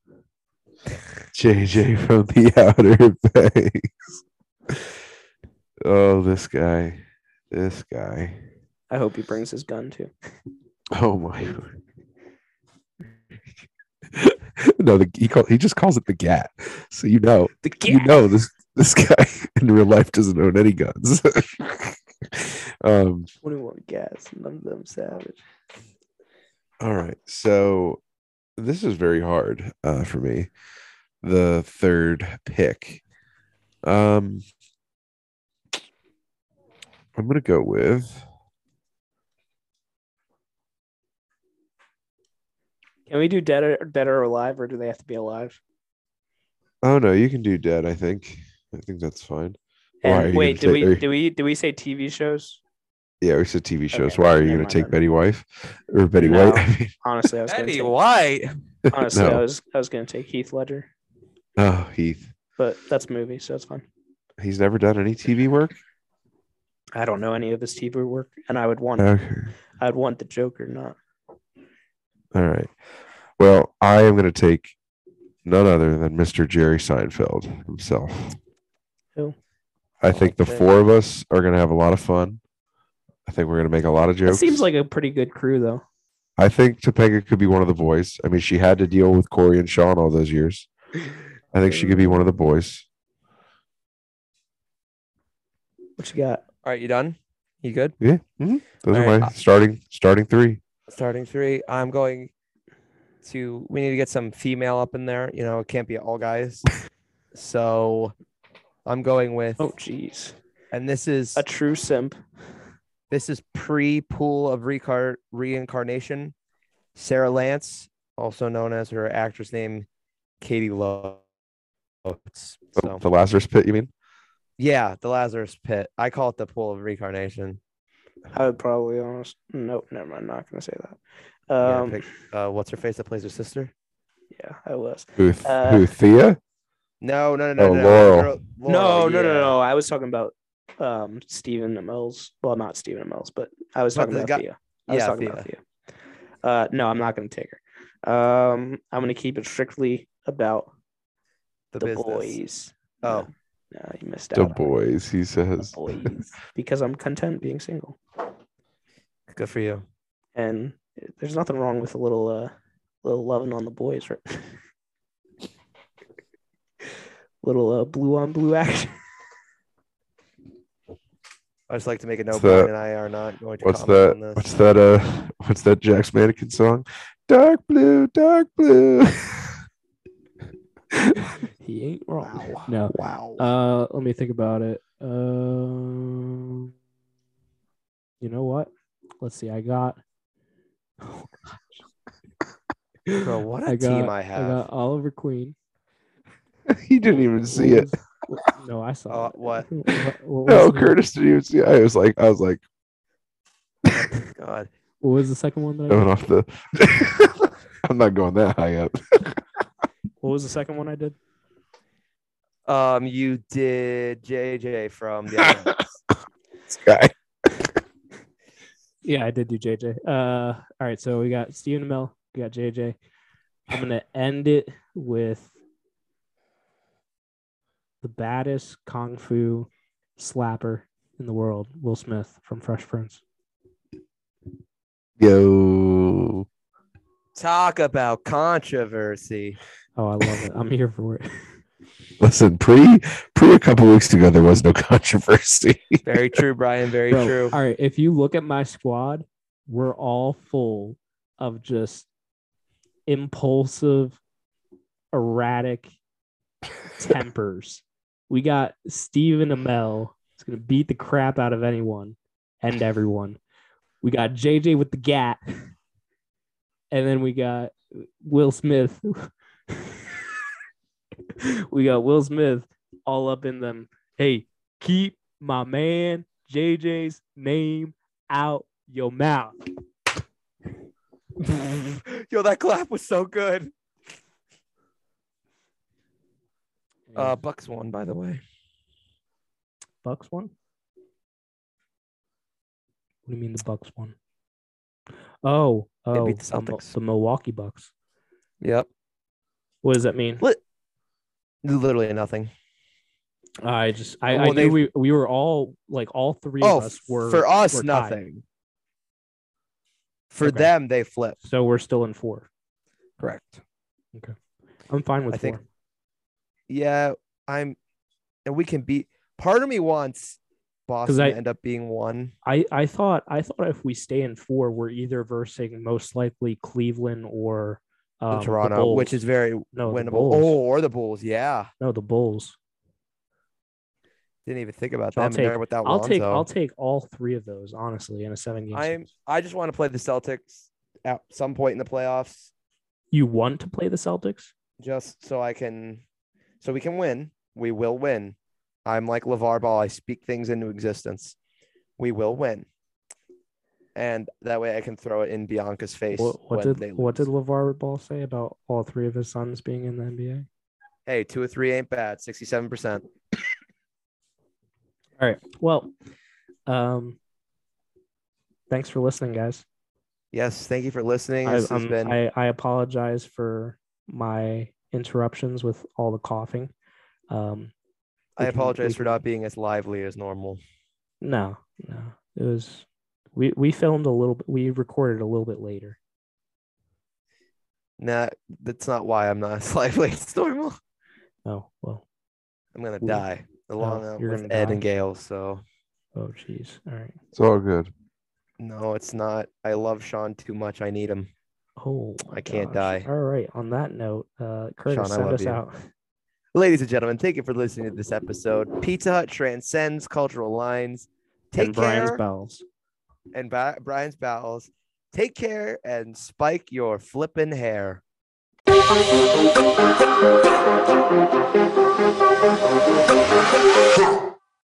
Speaker 4: JJ from the Outer Banks. Oh, this guy. This guy.
Speaker 6: I hope he brings his gun too.
Speaker 4: Oh my. word. no, the, he call, he just calls it the gat. So you know,
Speaker 6: The
Speaker 4: you know this this guy in real life doesn't own any guns. um.
Speaker 6: 21 gas, none of them savage.
Speaker 4: All right. So this is very hard uh, for me. The third pick. Um, I'm gonna go with.
Speaker 6: Can we do dead or dead or alive, or do they have to be alive?
Speaker 4: Oh no, you can do dead. I think. I think that's fine. Why are
Speaker 6: And
Speaker 4: you
Speaker 6: wait, do
Speaker 4: gonna take-
Speaker 6: we
Speaker 4: are-
Speaker 6: do we do we say TV shows?
Speaker 4: Yeah, we said TV shows.
Speaker 6: Okay,
Speaker 4: Why are you
Speaker 6: never
Speaker 4: going
Speaker 6: mind
Speaker 4: to take
Speaker 6: then.
Speaker 4: Betty Wife or Betty
Speaker 6: No.
Speaker 4: White? I mean,
Speaker 6: Honestly, I was gonna take,
Speaker 1: White.
Speaker 6: honestly I
Speaker 4: no.
Speaker 6: was I was gonna take Heath Ledger,
Speaker 4: Oh, Heath.
Speaker 6: but that's movie, so it's fine.
Speaker 4: He's never done any TV work.
Speaker 6: I don't know any of his TV work, and I would want
Speaker 4: Okay.
Speaker 6: I'd want the Joker, not
Speaker 4: All right. Well, I am going to take none other than Mr. Jerry Seinfeld himself.
Speaker 6: Who?
Speaker 4: I think the
Speaker 1: Okay.
Speaker 4: four of us are going to have a lot of fun. I think we're going to make a lot of
Speaker 6: it
Speaker 4: jokes.
Speaker 6: seems like a pretty good crew though.
Speaker 4: I think Topanga could be one of the boys. I mean, she had to deal with Corey and Sean all those years. I think she could be one of the boys.
Speaker 6: What you got?
Speaker 1: All right, you done? You good?
Speaker 4: Yeah. mhm. Those
Speaker 1: All
Speaker 4: are
Speaker 1: right.
Speaker 4: my starting starting three.
Speaker 1: Starting three. I'm going to. We need to get some female up in there. You know, it can't be all guys. so, I'm going with.
Speaker 6: Oh jeez.
Speaker 1: And this is
Speaker 6: A true simp.
Speaker 1: this is pre pool of recar- reincarnation. Sarah Lance, also known as her actress name, Katie Lowe. So,
Speaker 4: Oh, The Lazarus Pit, you mean?
Speaker 1: yeah, the Lazarus Pit. I call it the pool of reincarnation.
Speaker 6: I would probably almost nope, never mind, not gonna say that.
Speaker 1: Yeah,
Speaker 6: Um yeah,
Speaker 1: pick, uh, what's her face that plays her sister?
Speaker 6: I was.
Speaker 4: Who, th-
Speaker 6: Uh,
Speaker 4: who Thea?
Speaker 1: No, no, no, no,
Speaker 4: Oh,
Speaker 1: no, no.
Speaker 4: Laurel.
Speaker 1: Laurel,
Speaker 6: no, no, no,
Speaker 1: yeah.
Speaker 6: no. I was talking about um Stephen Mills. Well, not Stephen Mills, but I was
Speaker 1: But
Speaker 6: talking
Speaker 1: the
Speaker 6: about
Speaker 1: guy-
Speaker 6: Thea. I was
Speaker 1: yeah,
Speaker 6: talking about Thea. Uh, no, I'm not going to take her. Um, I'm going to keep it strictly about
Speaker 1: The,
Speaker 6: the,
Speaker 1: business.
Speaker 6: boys.
Speaker 1: Oh.
Speaker 6: no, no, you missed out.
Speaker 4: The
Speaker 6: on it.
Speaker 4: boys, he
Speaker 6: The
Speaker 4: says.
Speaker 6: boys, because I'm content being single,
Speaker 1: Good for you.
Speaker 6: and there's nothing wrong with a little, uh, little loving on the boys, right? little uh, blue on blue action.
Speaker 1: I just like to make a note.
Speaker 4: So,
Speaker 1: Brian and I are not going to.
Speaker 4: What's
Speaker 1: comment on
Speaker 4: that?
Speaker 1: this.
Speaker 4: What's that? Uh, what's that? Jack's mannequin song? Dark blue, dark blue.
Speaker 6: he ain't wrong.
Speaker 3: No.
Speaker 6: Wow.
Speaker 3: Uh, let me think about it. Um, you know what? Let's see. I got.
Speaker 1: Bro, what a
Speaker 3: I got-
Speaker 1: team I
Speaker 3: I
Speaker 1: have.
Speaker 3: got Oliver Queen.
Speaker 4: he didn't even see it.
Speaker 3: What- No, I
Speaker 1: Oh,
Speaker 3: saw it.
Speaker 1: what?
Speaker 3: What, what
Speaker 4: No,
Speaker 3: was the-
Speaker 4: Curtis didn't even see it. I was like, I was like
Speaker 1: God.
Speaker 3: What was the second one that I
Speaker 4: going off the. I'm not going that high up.
Speaker 3: What was the second one I did?
Speaker 1: Um, you did JJ from the. Outer Banks.
Speaker 4: This guy.
Speaker 3: Yeah, I did do JJ. Uh, all right. So we got Steven Amell, we got JJ, I'm gonna end it with the baddest kung fu slapper in the world, Will Smith from Fresh Prince.
Speaker 4: Yo.
Speaker 1: Talk about controversy.
Speaker 3: Oh, I love it. I'm here for it.
Speaker 4: Listen, pre pre a couple weeks ago there was no controversy.
Speaker 1: Very true, Brian. Very
Speaker 3: Bro,
Speaker 1: true.
Speaker 3: All right, if you look at my squad, we're all full of just impulsive, erratic tempers. We got Steven Amell. It's going to beat the crap out of anyone and everyone. We got JJ with the gat. And then we got Will Smith. we got Will Smith all up in them. Hey, keep my man JJ's name out your mouth.
Speaker 1: Yo, that clap was so good. Uh, Bucks won, by the way.
Speaker 3: Bucks one? What do you mean the Bucks one? Oh, oh,
Speaker 1: beat the
Speaker 3: the, Mil-
Speaker 1: Celtics.
Speaker 3: the Milwaukee Bucks.
Speaker 1: Yep.
Speaker 3: What does that mean?
Speaker 1: Literally nothing.
Speaker 3: I just, I,
Speaker 1: Well,
Speaker 3: I
Speaker 1: they-
Speaker 3: knew we we were all like all three
Speaker 1: Oh,
Speaker 3: of us were
Speaker 1: for us,
Speaker 3: were tied.
Speaker 1: nothing. For
Speaker 3: Okay.
Speaker 1: them, they flip.
Speaker 3: So we're still in four.
Speaker 1: Correct.
Speaker 3: I'm fine with
Speaker 1: I
Speaker 3: four.
Speaker 1: think- Yeah, I'm, and we can beat. Part of me wants Boston
Speaker 3: I-
Speaker 1: to end up being one.
Speaker 3: I I thought I thought if we stay in four, we're either versing most likely Cleveland or um,
Speaker 1: in
Speaker 3: the
Speaker 1: Toronto, which
Speaker 3: Bulls.
Speaker 1: is very
Speaker 3: no the
Speaker 1: winnable.
Speaker 3: Bulls.
Speaker 1: Oh, or the Bulls. Yeah,
Speaker 3: no the Bulls.
Speaker 1: didn't even think about
Speaker 3: I'll
Speaker 1: them. and they're without
Speaker 3: I'll take I'll
Speaker 1: Lonzo.
Speaker 3: take all three of those honestly in a seven game.
Speaker 1: I'm.
Speaker 3: series.
Speaker 1: I just want to play the Celtics at some point in the playoffs,
Speaker 3: You want to play the Celtics?
Speaker 1: just so I can, so we can win. We will win. I'm like LeVar Ball. I speak things into existence. We will win. And that way, I can throw it in Bianca's face.
Speaker 3: What, what
Speaker 1: when
Speaker 3: did
Speaker 1: they
Speaker 3: what did
Speaker 1: lose.
Speaker 3: Levar Ball say about all three of his sons being in the NBA?
Speaker 1: Hey, two or three ain't bad. Sixty-seven percent.
Speaker 3: All right. Well, um, thanks for listening, guys.
Speaker 1: Yes, thank you for listening.
Speaker 3: I,
Speaker 1: This has
Speaker 3: um,
Speaker 1: been.
Speaker 3: I, I apologize for my interruptions with all the coughing. Um,
Speaker 1: I
Speaker 3: we can- we
Speaker 1: apologize for
Speaker 3: can-
Speaker 1: not being as lively as normal.
Speaker 3: No, no, it was we we filmed a little bit. We recorded a little bit later.
Speaker 1: Nah, that's not why I'm not as lively as normal.
Speaker 3: Oh well.
Speaker 1: I'm gonna
Speaker 3: Ooh. Oh,
Speaker 1: die along uh,
Speaker 3: you're
Speaker 1: with
Speaker 3: gonna
Speaker 1: Ed
Speaker 3: die.
Speaker 1: and Gail. So
Speaker 3: Oh jeez. All right.
Speaker 4: It's all good.
Speaker 1: no, it's not. I love Sean too much. I need him.
Speaker 3: Oh,
Speaker 1: I can't die.
Speaker 3: All right. On that note, uh,
Speaker 1: Sean,
Speaker 3: Curtis,
Speaker 1: I
Speaker 3: send
Speaker 1: love
Speaker 3: us
Speaker 1: you.
Speaker 3: out.
Speaker 1: Ladies and gentlemen, thank you for listening to this episode. Pizza Hut transcends cultural lines. Take
Speaker 3: and
Speaker 1: care
Speaker 3: Brian's bells.
Speaker 1: and Bri- Brian's bowels. Take care and spike your flippin' hair.